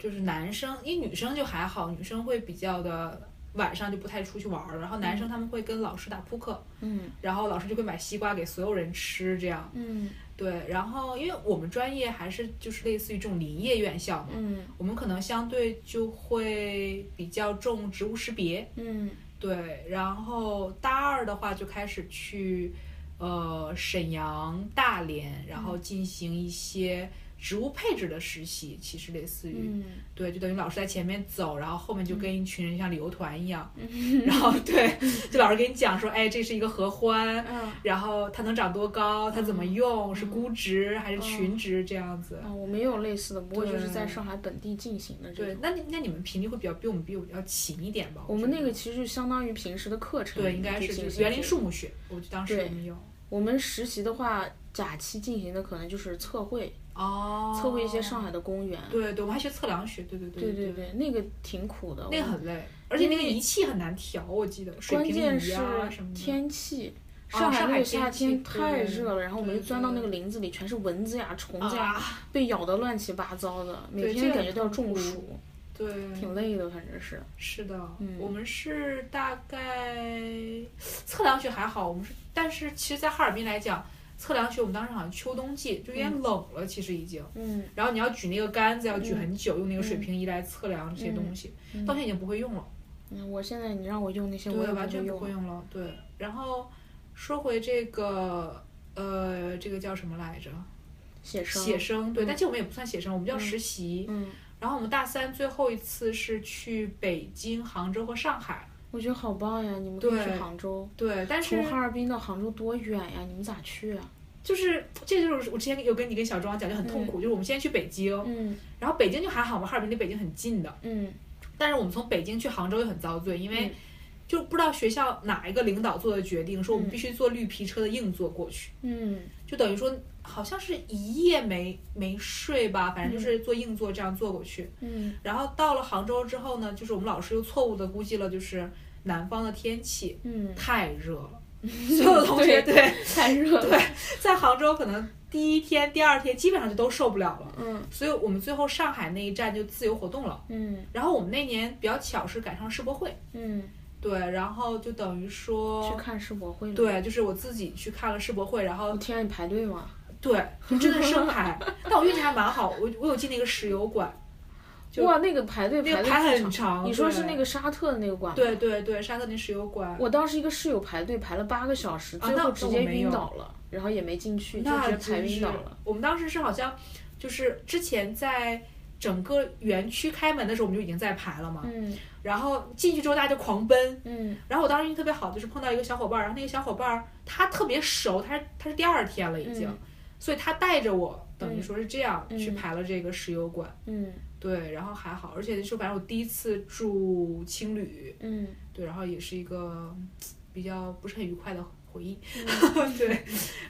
S3: 就是男生，因为女生就还好，女生会比较的晚上就不太出去玩儿了，然后男生他们会跟老师打扑克，
S1: 嗯
S3: 然后老师就会买西瓜给所有人吃，这样
S1: 嗯
S3: 对。然后因为我们专业还是就是类似于这种林业院校嘛，
S1: 嗯
S3: 我们可能相对就会比较重植物识别，
S1: 嗯
S3: 对，然后大二的话就开始去，呃，沈阳、大连，然后进行一些植物配置的实习，其实类似于，
S1: 嗯，
S3: 对，就等于老师在前面走，然后后面就跟一群人像旅游团一样，然后对，就老师给你讲说，哎，这是一个合欢，
S1: 嗯
S3: 然后它能长多高，它怎么用，是估值还是群值这样子。
S1: 啊，我没有类似的，不过就是在
S3: 对
S1: 上海本地进行的这
S3: 对
S1: 种，。
S3: 那你那你们频率会比较比我们比我们要勤一点吧？
S1: 我们
S3: 觉
S1: 那
S3: 得
S1: 个其实就相当于平时的课程，
S3: 对，应该
S1: 就
S3: 是就
S1: 进
S3: 是
S1: 行
S3: 园林
S1: 这个
S3: 树木学，我就当时
S1: 对
S3: 我们有。
S1: 我们实习的话，假期进行的可能就是测绘，
S3: 哦，
S1: 测绘一些上海的公园。
S3: 对对，我们还学测量学，对对对
S1: 对
S3: 对
S1: 对对，那个挺苦的。
S3: 那个
S1: 我
S3: 很累，而且那个
S1: 因为
S3: 仪器很难调，我记得水
S1: 关
S3: 平
S1: 键
S3: 仪
S1: 是
S3: 啊什么的。
S1: 天气，
S3: 哦
S1: 上海
S3: 上
S1: 那
S3: 海
S1: 个夏
S3: 天气
S1: 天太
S3: 对
S1: 热了，然后我们就
S3: 对
S1: 钻到那
S3: 对
S1: 个林子里，全是蚊子呀、虫子呀，
S3: 啊，
S1: 被咬得乱七八糟的，每
S3: 对
S1: 天
S3: 这个
S1: 感觉都要中
S3: 痛苦嗯
S1: 暑，
S3: 对，
S1: 挺累的，反正是。
S3: 是的，
S1: 嗯
S3: 我们是大概测量学还好，我们是，但是其实，在哈尔滨来讲，测量学我们当时好像秋冬季就有点冷了，其实已经。
S1: 嗯
S3: 然后你要举那个杆子，要举
S1: 嗯
S3: 很久，用那个水
S1: 嗯
S3: 平仪来测量这些东西，
S1: 嗯
S3: 到现在已经不会用了。
S1: 嗯，我现在你让我用那些，我
S3: 对，
S1: 也
S3: 完全
S1: 不
S3: 不会
S1: 用。
S3: 用了。对，然后说回这个，呃，这个叫什么来着？
S1: 写生。
S3: 写生。对，
S1: 嗯
S3: 但其实我们也不算写生，我们叫
S1: 嗯
S3: 实习。
S1: 嗯，
S3: 然后我们大三最后一次是去北京、杭州和上海。
S1: 我觉得好棒呀！你们可以去
S3: 对
S1: 杭州，
S3: 对，但是
S1: 从哈尔滨到杭州多远呀？你们咋去啊？
S3: 就是这就是我之前有跟你跟小庄讲，就很痛
S1: 嗯
S3: 苦。就是我们先去北京，
S1: 嗯
S3: 然后北京就还好嘛，哈尔滨离北京很近的。
S1: 嗯
S3: 但是我们从北京去杭州又很遭罪，因为
S1: 嗯
S3: 就不知道学校哪一个领导做的决定，说我们
S1: 嗯
S3: 必须坐绿皮车的硬座过去。
S1: 嗯
S3: 就等于说好像是一夜没没睡吧，反正就是坐硬座这样坐过去。
S1: 嗯
S3: 然后到了杭州之后呢，就是我们老师又错误的估计了，就是南方的天气
S1: 嗯，
S3: 太热了，所有同学对
S1: 太热了。
S3: 在杭州可能第一天、第二天基本上就都受不了了。
S1: 嗯
S3: 所以我们最后上海那一站就自由活动了。
S1: 嗯
S3: 然后我们那年比较巧是赶上世博会，
S1: 嗯
S3: 对，然后就等于
S1: 去
S3: 说，
S1: 看世博会了。，
S3: 对，就是我自己去看了世博会，然后
S1: 我天啊，你排队吗？
S3: 对，就真的生 排，但我运气还蛮好，我我有进那个石油馆，就
S1: 哇，那个排队
S3: 那个
S1: 队
S3: 排
S1: 巨
S3: 很
S1: 长。
S3: 长。
S1: 你说是
S3: 对
S1: 那个沙特的那个馆？。
S3: 对对对，沙特那石油馆，
S1: 我当时一个室友排队排了八个小时，
S3: 啊
S1: 最
S3: 那
S1: 后
S3: 那
S1: 直
S3: 我
S1: 接
S3: 没
S1: 晕
S3: 有
S1: 倒了，然后也没进去，就直
S3: 那
S1: 接排
S3: 真
S1: 晕
S3: 是
S1: 倒了。。
S3: 我们当时是好像就是之前在整个园区开门的时候，我们就已经在排了嘛。
S1: 嗯
S3: 然后进去之后大家就狂奔，
S1: 嗯，
S3: 然后我当时运气特别好，就是碰到一个小伙伴儿，然后那个小伙伴儿他特别熟，他是他是第二天了已经，
S1: 嗯
S3: 所以他带着我，等于
S1: 嗯
S3: 说是这样、
S1: 嗯
S3: 去排了这个石油馆。
S1: 嗯
S3: 对，然后还好，而且是反正我第一次住青旅，
S1: 嗯，
S3: 对，然后也是一个比较不是很愉快的回忆，
S1: 嗯
S3: 对，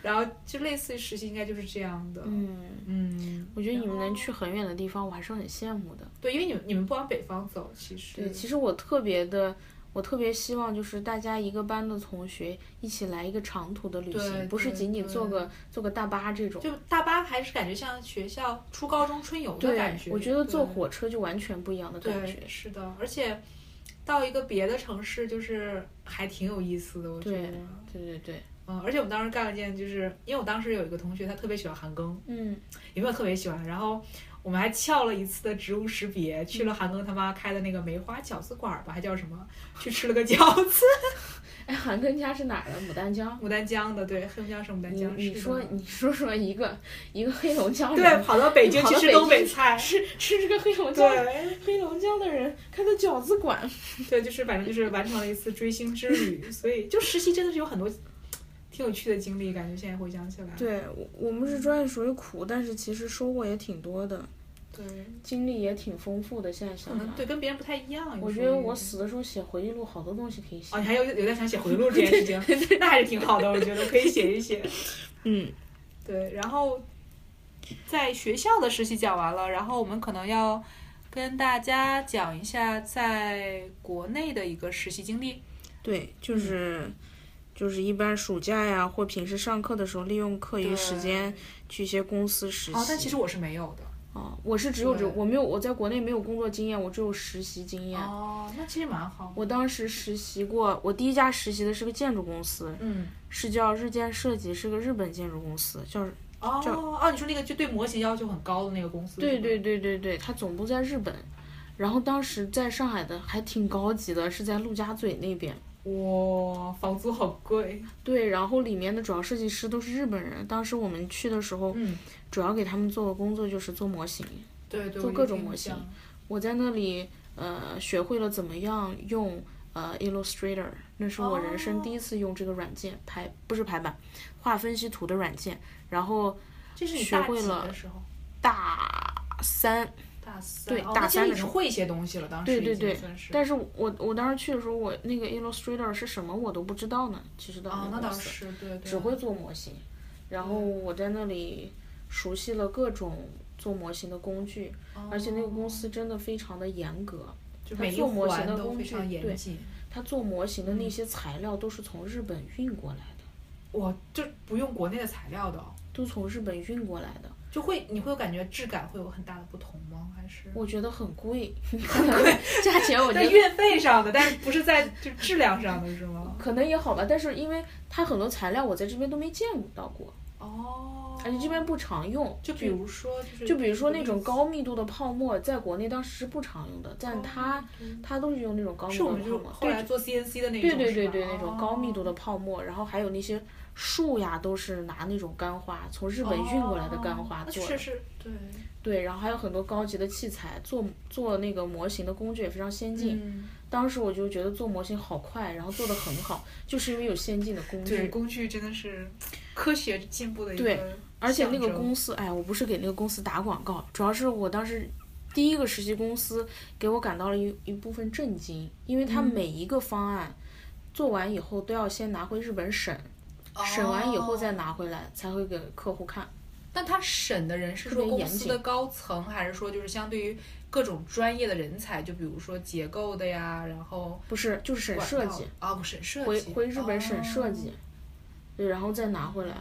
S3: 然后就类似于实习应该就是这样的，
S1: 嗯，
S3: 嗯，
S1: 我觉得你们能去很远的地方，我还是很羡慕的。
S3: 对，因为你们你们不往北方走，其实
S1: 对，其实我特别的，我特别希望就是大家一个班的同学一起来一个长途的旅
S3: 对
S1: 行，不是
S3: 对
S1: 仅仅坐
S3: 对
S1: 个坐个大巴这种。
S3: 就大巴还是感觉像学校初高中春游的感
S1: 对，
S3: 觉，
S1: 我觉得坐
S3: 对
S1: 火车就完全不一样的感觉
S3: 对，。是的，而且到一个别的城市就是还挺有意思的，我觉
S1: 对
S3: 得。
S1: 对对对，
S3: 嗯，而且我们当时干了一件，就是因为我当时有一个同学，他特别喜欢韩庚，
S1: 嗯
S3: 也没有特别喜欢。然后我们还翘了一次的植物识别，去
S1: 嗯
S3: 了韩庚他妈开的那个梅花饺子馆儿吧，还叫什么？去吃了个饺子，
S1: 哎，韩庚家是哪儿的？牡丹江。
S3: 牡丹江的，对，黑龙江省牡丹
S1: 你
S3: 江市
S1: 你
S3: 的
S1: 说你说说一个一个黑龙江
S3: 对，
S1: 人
S3: 跑到北京
S1: 跑
S3: 去
S1: 到
S3: 吃
S1: 北
S3: 东
S1: 京
S3: 北菜，
S1: 吃吃这个黑龙江
S3: 对
S1: 黑龙江的人开的饺子馆，
S3: 对，就是反正就是完成了一次追星之旅，所以就实习真的是有很多挺有趣的经历，感觉现在回想起来，
S1: 对我我们是专业属于苦，但是其实收获也挺多的，嗯
S3: 对，
S1: 经历也挺丰富的。现在
S3: 可
S1: 想
S3: 能
S1: 来，
S3: 对跟别人不太一样。有
S1: 我
S3: 时
S1: 觉得
S3: 候
S1: 我死的时候写回忆录，好多东西可以写
S3: 哦，。你还有有点想写回忆 录这件事情，那还是挺好的，我觉得可以写一写。
S1: 嗯，
S3: 对，然后在学校的实习讲完了，然后我们可能要跟大家讲一下在国内的一个实习经历。
S1: 对，就是。就是一般暑假呀，或平时上课的时候，利用课余时间去一些公司实习。
S3: 哦，但其实我是没有的。
S1: 哦，我是只有只
S3: 对
S1: 我没有我在国内没有工作经验，我只有实习经验。
S3: 哦，那其实蛮好。
S1: 我当时实习过，我第一家实习的是个建筑公司，
S3: 嗯，
S1: 是叫日建设计，是个日本建筑公司，叫
S3: 哦
S1: 这
S3: 哦，你说那个就对模型要求很高的那个公司，
S1: 对对，对对对，它总部在日本，然后当时在上海的还挺高级的，是在陆家嘴那边。
S3: 哇，房租好贵。
S1: 对，然后里面的主要设计师都是日本人。当时我们去的时候，
S3: 嗯，
S1: 主要给他们做的工作就是做模型。
S3: 对对，
S1: 做
S3: 我
S1: 各
S3: 有
S1: 种
S3: 印
S1: 模型
S3: 象
S1: 我在那里呃学会了怎么样用呃 Illustrator，那是我人生
S3: 哦
S1: 第一次用这个软件排不是排版，画分析图的软件。然后
S3: 这是你
S1: 学
S3: 大
S1: 会
S3: 几
S1: 了
S3: 的时候？
S1: 大三
S3: 大三，
S1: 对
S3: 哦
S1: 大
S3: 那其实
S1: 三
S3: 已
S1: 的时
S3: 经
S1: 候
S3: 会一些东西了，当时
S1: 对
S3: 已
S1: 对
S3: 经
S1: 对
S3: 算是。
S1: 但是我我当时去的时候，我那个 Illustrator 是什么我都不知道呢。其实到
S3: 啊，
S1: 那
S3: 那
S1: 个
S3: 倒
S1: 公司
S3: 是，嗯对对，
S1: 只会做模型，然后我在那里熟悉了各种做模型的工具，
S3: 哦，
S1: 而且那个公司真的非常的严格，
S3: 就
S1: 它
S3: 每一
S1: 做模型
S3: 环
S1: 的
S3: 都
S1: 工
S3: 非
S1: 具
S3: 常
S1: 对
S3: 严谨。
S1: 它做模型的那些材料都是从日本运过来的，
S3: 我就不用国内的材料的哦，
S1: 都从日本运过来的，
S3: 就会你会有感觉质感会有很大的不同吗？还是？
S1: 我觉得很贵，价钱我觉
S3: 在
S1: 得。
S3: 运费上的，但是不是在就质量上的 是吗？
S1: 可能也好吧，但是因为它很多材料我在这边都没见到过，
S3: 哦，
S1: 而且这边不常用。
S3: 就比如说哦就是
S1: 就比如说那种
S3: 我
S1: 高密度的泡沫，在国内当时是不常用的，但它它都是用那种高密
S3: 嗯是我
S1: 度
S3: 们
S1: 的
S3: 就
S1: 泡沫，
S3: 后
S1: 对
S3: 来做 CNC 的那
S1: 对
S3: 种，
S1: 对
S3: 是
S1: 对
S3: 吧
S1: 对，那种高密度的
S3: 哦
S1: 泡沫，然后还有那些树呀，都是拿那种干花从日本运过来的干花
S3: 哦那
S1: 做
S3: 确
S1: 的。
S3: 实对，
S1: 对，然后还有很多高级的器材，做做那个模型的工具也非常先
S3: 嗯
S1: 进。当时我就觉得做模型好快，然后做的很好，就是因为有先进的工
S3: 对
S1: 具。
S3: 工具真的是科学进步的一个
S1: 对
S3: 象征，
S1: 而且那个公司，哎，我不是给那个公司打广告，主要是我当时第一个实习公司给我感到了一一部分震惊，因为
S3: 嗯
S1: 它每一个方案做完以后都要先拿回日本审。审完以后再
S3: 哦
S1: 拿回来，才会给客户看。
S3: 但他审的人是
S1: 特
S3: 说
S1: 别
S3: 公
S1: 严
S3: 司
S1: 谨
S3: 的高层，还是说就是相对于各种专业的人才，就比如说结构的呀，然后
S1: 不是，就是审设计，
S3: 啊、哦，审设计，
S1: 回回日本审设
S3: 哦
S1: 计，对，然后再拿回来。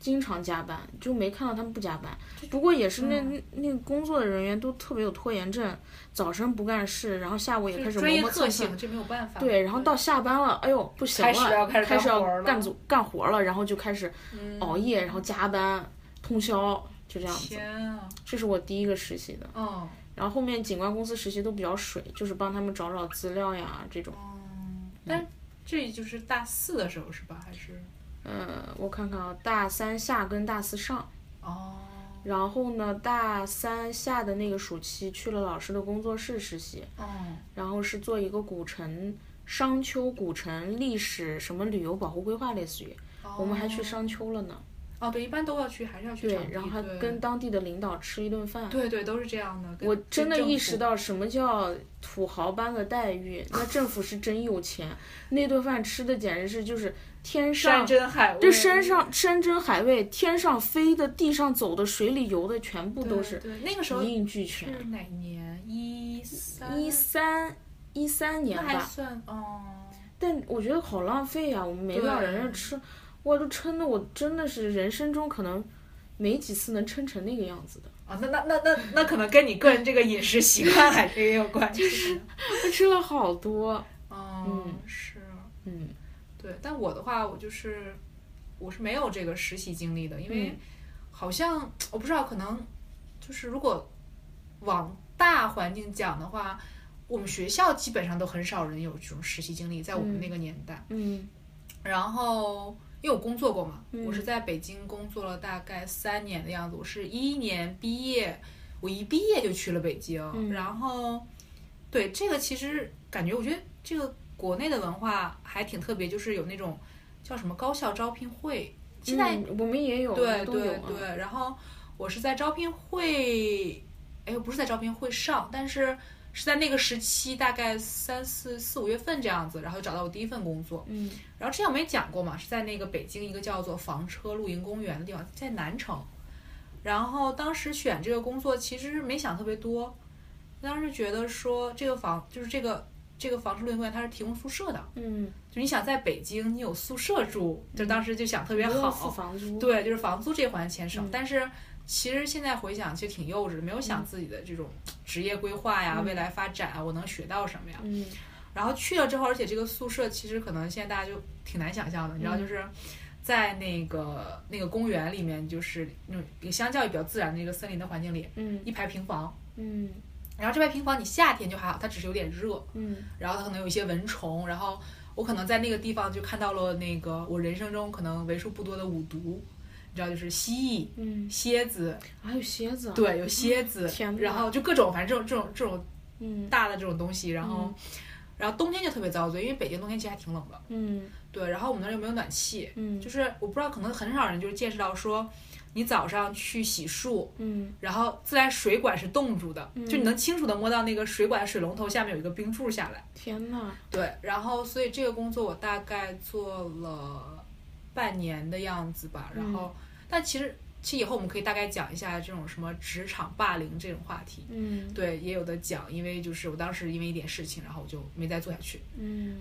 S1: 经常加班，就没看到他们不加班。不过也是那、
S4: 嗯
S1: 那那个工作的人员都特别有拖延症，早晨不干事，然后下午也开始
S4: 专
S1: 磨
S4: 业
S1: 磨蹭
S4: 特
S1: 蹭
S4: 性，。这没有办法。
S1: 对，然后到下班了，哎呦不行了，
S4: 开始要开始干
S1: 要
S4: 活儿了嗯
S1: 干组干活了，然后就开始
S3: 嗯
S1: 熬夜，然后加班通宵，哦就这样子。
S4: 天啊，
S1: 这是我第一个实习的。
S4: 嗯，
S1: 然后后面景观公司实习都比较水，就是帮他们找找资料呀这种。
S3: 嗯这就是大四的时候是吧？还是
S1: 呃，我看看啊，大三下跟大四上，
S3: 哦，
S1: 然后呢，大三下的那个暑期去了老师的工作室实习，
S3: 哦，
S1: 然后是做一个古城商丘古城历史什么旅游保护规划，类似于，我们还去商丘了呢。
S3: 哦，对，一般都要去，还是要去
S1: 对
S3: 场，地。
S1: 然后还
S3: 对
S1: 跟当地的领导吃一顿饭。
S3: 对对都是这样的。
S1: 嗯
S3: 跟
S1: 我真的
S3: 跟政
S1: 意
S3: 府
S1: 识到什么叫土豪般的待遇，那政府是真有钱，那顿饭吃的简直是就是天上
S3: 山珍海味，
S1: 这山上山珍海味，天上飞的、地上走的、水里游的，全部
S3: 对
S1: 都是
S3: 对那个时候
S1: 一应俱全。
S3: 是哪年？一三
S1: 一三一三年
S3: 那还
S1: 吧，
S3: 算哦，
S1: 但我觉得好浪费呀、我们没到
S3: 对
S1: 人家吃，我都撑的我真的是人生中可能没几次能撑成那个样 子的。
S3: 啊，那那那那那可能跟你个人这个饮食习惯还是也有关系。
S1: 我吃了好多，
S3: 哦，
S1: 嗯
S3: 是，
S1: 嗯，
S3: 对。但我的话，我就是我是没有这个实习经历的，因
S1: 嗯
S3: 为好像我不知道，可能就是如果往大环境讲的话，我们学校基本上都很少人有这种实习经历，在我们
S1: 嗯
S3: 那个年代。
S1: 嗯
S3: 然后因为我工作过嘛，
S1: 嗯
S3: 我是在北京工作了大概三年的样子。我是一年毕业，我一毕业就去了北京。
S1: 嗯
S3: 然后，对这个其实感觉，我觉得这个国内的文化还挺特别，就是有那种叫什么高校招聘会，现在、
S1: 嗯我们也有，
S3: 对
S1: 都
S3: 对
S1: 有啊。
S3: 对。然后我是在招聘会，哎，不是在招聘会上，但是是在那个时期，大概三四四五月份这样子，然后找到我第一份工作。
S1: 嗯
S3: 然后之前我们也讲过嘛，是在那个北京一个叫做房车露营公园的地方，在南城。然后当时选这个工作，其实没想特别多，当时觉得说这个房就是这个这个房车露营公园，它是提供宿舍的，
S1: 嗯，
S3: 就你想在北京你有宿舍住，就当时就想特别
S1: 不用付
S3: 好，
S1: 房租。
S3: 对，就是房租这环钱省。
S1: 嗯
S3: 但是其实现在回想，其实挺幼稚的，没有想自己的这种职业规划呀、
S1: 嗯
S3: 未来发展啊，我能学到什么呀？
S1: 嗯
S3: 然后去了之后，而且这个宿舍其实可能现在大家就挺难想象的，你知道，
S1: 嗯
S3: 就是在那个那个公园里面，就是那种一个相较于比较自然的一个森林的环境里，
S1: 嗯
S3: 一排平房。
S1: 嗯
S3: 然后这排平房你夏天就还好，它只是有点热，
S1: 嗯
S3: 然后它可能有一些蚊虫，然后我可能在那个地方就看到了那个我人生中可能为数不多的五毒，你知道，就是蜥蜴、
S1: 嗯，
S3: 蝎子，
S1: 还有蝎子啊。
S3: 对，有蝎子，
S1: 天哪
S3: 然后就各种反正这种这种这种
S1: 嗯
S3: 大的这种东西，然后。然后冬天就特别遭罪，因为北京冬天其实还挺冷的。
S1: 嗯
S3: 对，然后我们那儿又没有暖气，
S1: 嗯
S3: 就是我不知道，可能很少人就是见识到说，你早上去洗漱，
S1: 嗯
S3: 然后自来水管是冻住的，就你能清楚的摸到那个水管水龙头下面有一个冰柱下来。
S1: 天呐，
S3: 对，然后所以这个工作我大概做了半年的样子吧，然后、但其实其实以后我们可以大概讲一下这种什么职场霸凌这种话题。
S1: 嗯
S3: 对，也有的讲，因为就是我当时因为一点事情，然后我就没再做下去。
S1: 嗯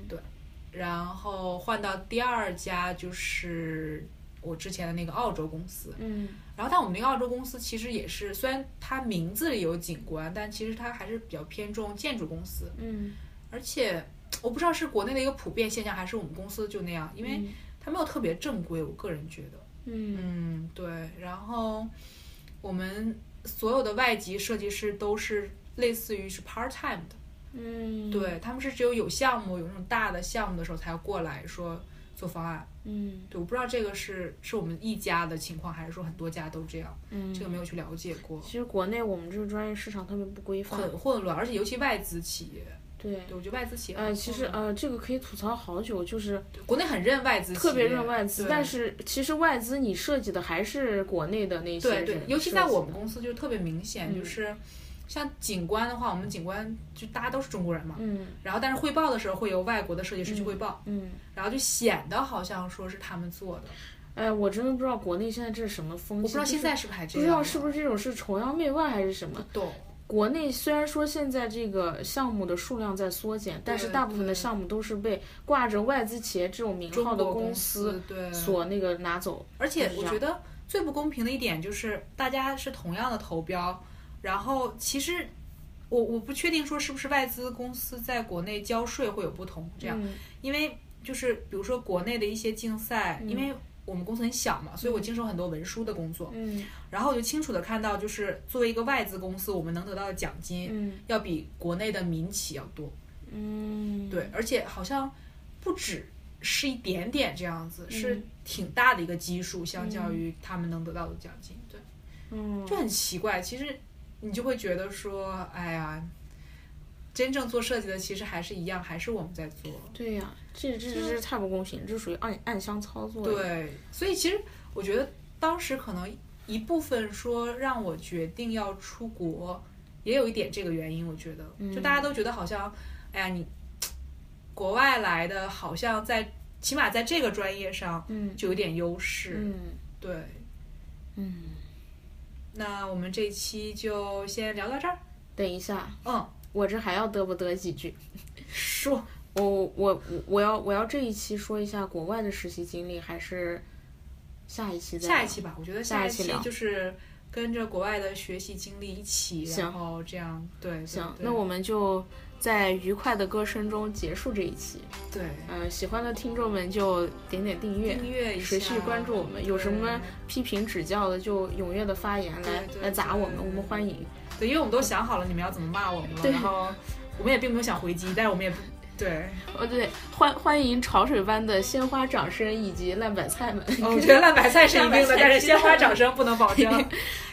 S3: 然后换到第二家就是我之前的那个澳洲公司，
S1: 嗯
S3: 然后但我们那个澳洲公司其实也是，虽然它名字里有景观，但其实它还是比较偏重建筑公司，
S1: 嗯，
S3: 而且呃我不知道是国内的一个普遍现象，还是我们公司就那样，因为它没有特别正规，我个人觉得，
S1: 嗯
S3: 嗯，对，然后我们所有的外籍设计师都是类似于是 part time 的。
S1: 嗯，
S3: 对，他们是只有有项目、有那种大的项目的时候才过来说做方案。
S1: 嗯
S3: 对，我不知道这个是是我们一家的情况，还是说很多家都这样，
S1: 嗯，
S3: 这个没有去了解过，
S1: 其实国内我们这个专业市场特别不规范，
S3: 很混乱，而且尤其外资企业，
S1: 对，
S3: 对，我觉得外资企业很
S1: 呃，
S3: 混乱，
S1: 其实呃，这个可以吐槽好久，就是
S3: 对国内很认外资企业，
S1: 特别认外资，
S3: 对
S1: 但是其实外资你涉及的还是国内的那些
S3: 对
S1: 人
S3: 对，尤其
S1: 设
S3: 在
S1: 计
S3: 我
S1: 的
S3: 们公司就特别明显，就
S1: 嗯
S3: 是像景观的话，我们景观就大家都是中国人嘛，
S1: 嗯
S3: 然后但是汇报的时候会由外国的设计师去
S1: 嗯
S3: 汇报，
S1: 嗯，
S3: 然后就显得好像说是他们做的，
S1: 哎，我真的不知道国内现在这是什么风气，
S3: 我不知道
S1: 就
S3: 现
S1: 是
S3: 在是不是还这
S1: 嗯不
S3: 样
S1: 知
S3: 了，
S1: 道是不是这种是崇洋媚外还是什么。
S3: 懂。
S1: 国内虽然说现在这个项目的数量在缩减，但是大部分的
S4: 对
S1: 项目都是被挂着外资企业这种名
S4: 中
S1: 号的
S4: 国
S1: 公司
S4: 司对，
S1: 所那个拿走。
S3: 而且
S1: 是这
S3: 我
S1: 样
S3: 觉得最不公平的一点就是，大家是同样的投标，然后其实我我不确定说是不是外资公司在国内交税会有不同，这样，
S1: 嗯
S3: 因为就是比如说国内的一些竞赛，
S1: 嗯
S3: 因为我们公司很小嘛，所以我经手很多文书的工作，
S1: 嗯
S3: 然后我就清楚的看到，就是作为一个外资公司，我们能得到的奖金
S1: 嗯
S3: 要比国内的民企要多，
S1: 嗯，
S3: 对，而且好像不止是一点点这样子，是
S1: 嗯
S3: 挺大的一个基数，相较于他们能得到的奖金，对，
S1: 嗯，
S3: 就很奇怪。其实你就会觉得说，哎呀，真正做设计的其实还是一样，还是我们在做。
S1: 对呀、这这
S3: 就
S1: 这这太不公平，这属于暗暗箱操作。，
S3: 对，所以其实我觉得当时可能一部分说让我决定要出国，也有一点这个原因。我觉得，
S1: 嗯
S3: 就大家都觉得好像，哎呀，你国外来的，好像在起码在这个专业上
S1: 嗯
S3: 就有点优势。
S1: 嗯
S3: 对，
S1: 嗯，
S3: 那我们这一期就先聊到这儿。
S1: 等一下，
S3: 嗯，
S1: 我这还要嘚啵嘚几句。
S3: 说
S1: 我我我我要我要这一期说一下国外的实习经历，还是下一期再
S3: 下
S1: 聊
S3: 一期吧，我觉得
S1: 下
S3: 下
S1: 一
S3: 一
S1: 期
S3: 期
S1: 聊
S3: 就是跟着国外的学习经历一起，
S1: 行
S3: 然后这样对。对
S1: 行，
S3: 对
S1: 那我们就在愉快的歌声中结束这一期。
S3: 对
S1: 嗯、喜欢的听众们就点点订阅，
S3: 订阅一下，
S1: 持续关注我们，有什么批评指教的就踊跃的发言来
S3: 对对
S1: 来砸我们，
S3: 对
S1: 我们欢迎。
S3: 对，因为我们都想好了你们要怎么骂我们了，
S1: 对
S3: 然后我们也并没有想回击，但是我们也不 对。
S1: 哦，对，欢欢迎潮水湾的鲜花掌声以及烂白菜们。
S3: 哦，我觉 得烂白菜是一
S1: 烂白
S3: 定的，
S1: 菜
S3: 但是
S1: 是
S3: 鲜花
S1: 一定的
S3: 掌声不能保证。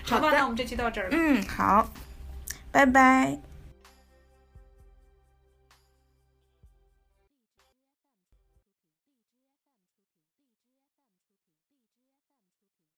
S3: 好吧，那我们这期到这儿了。
S1: 嗯，好，拜拜。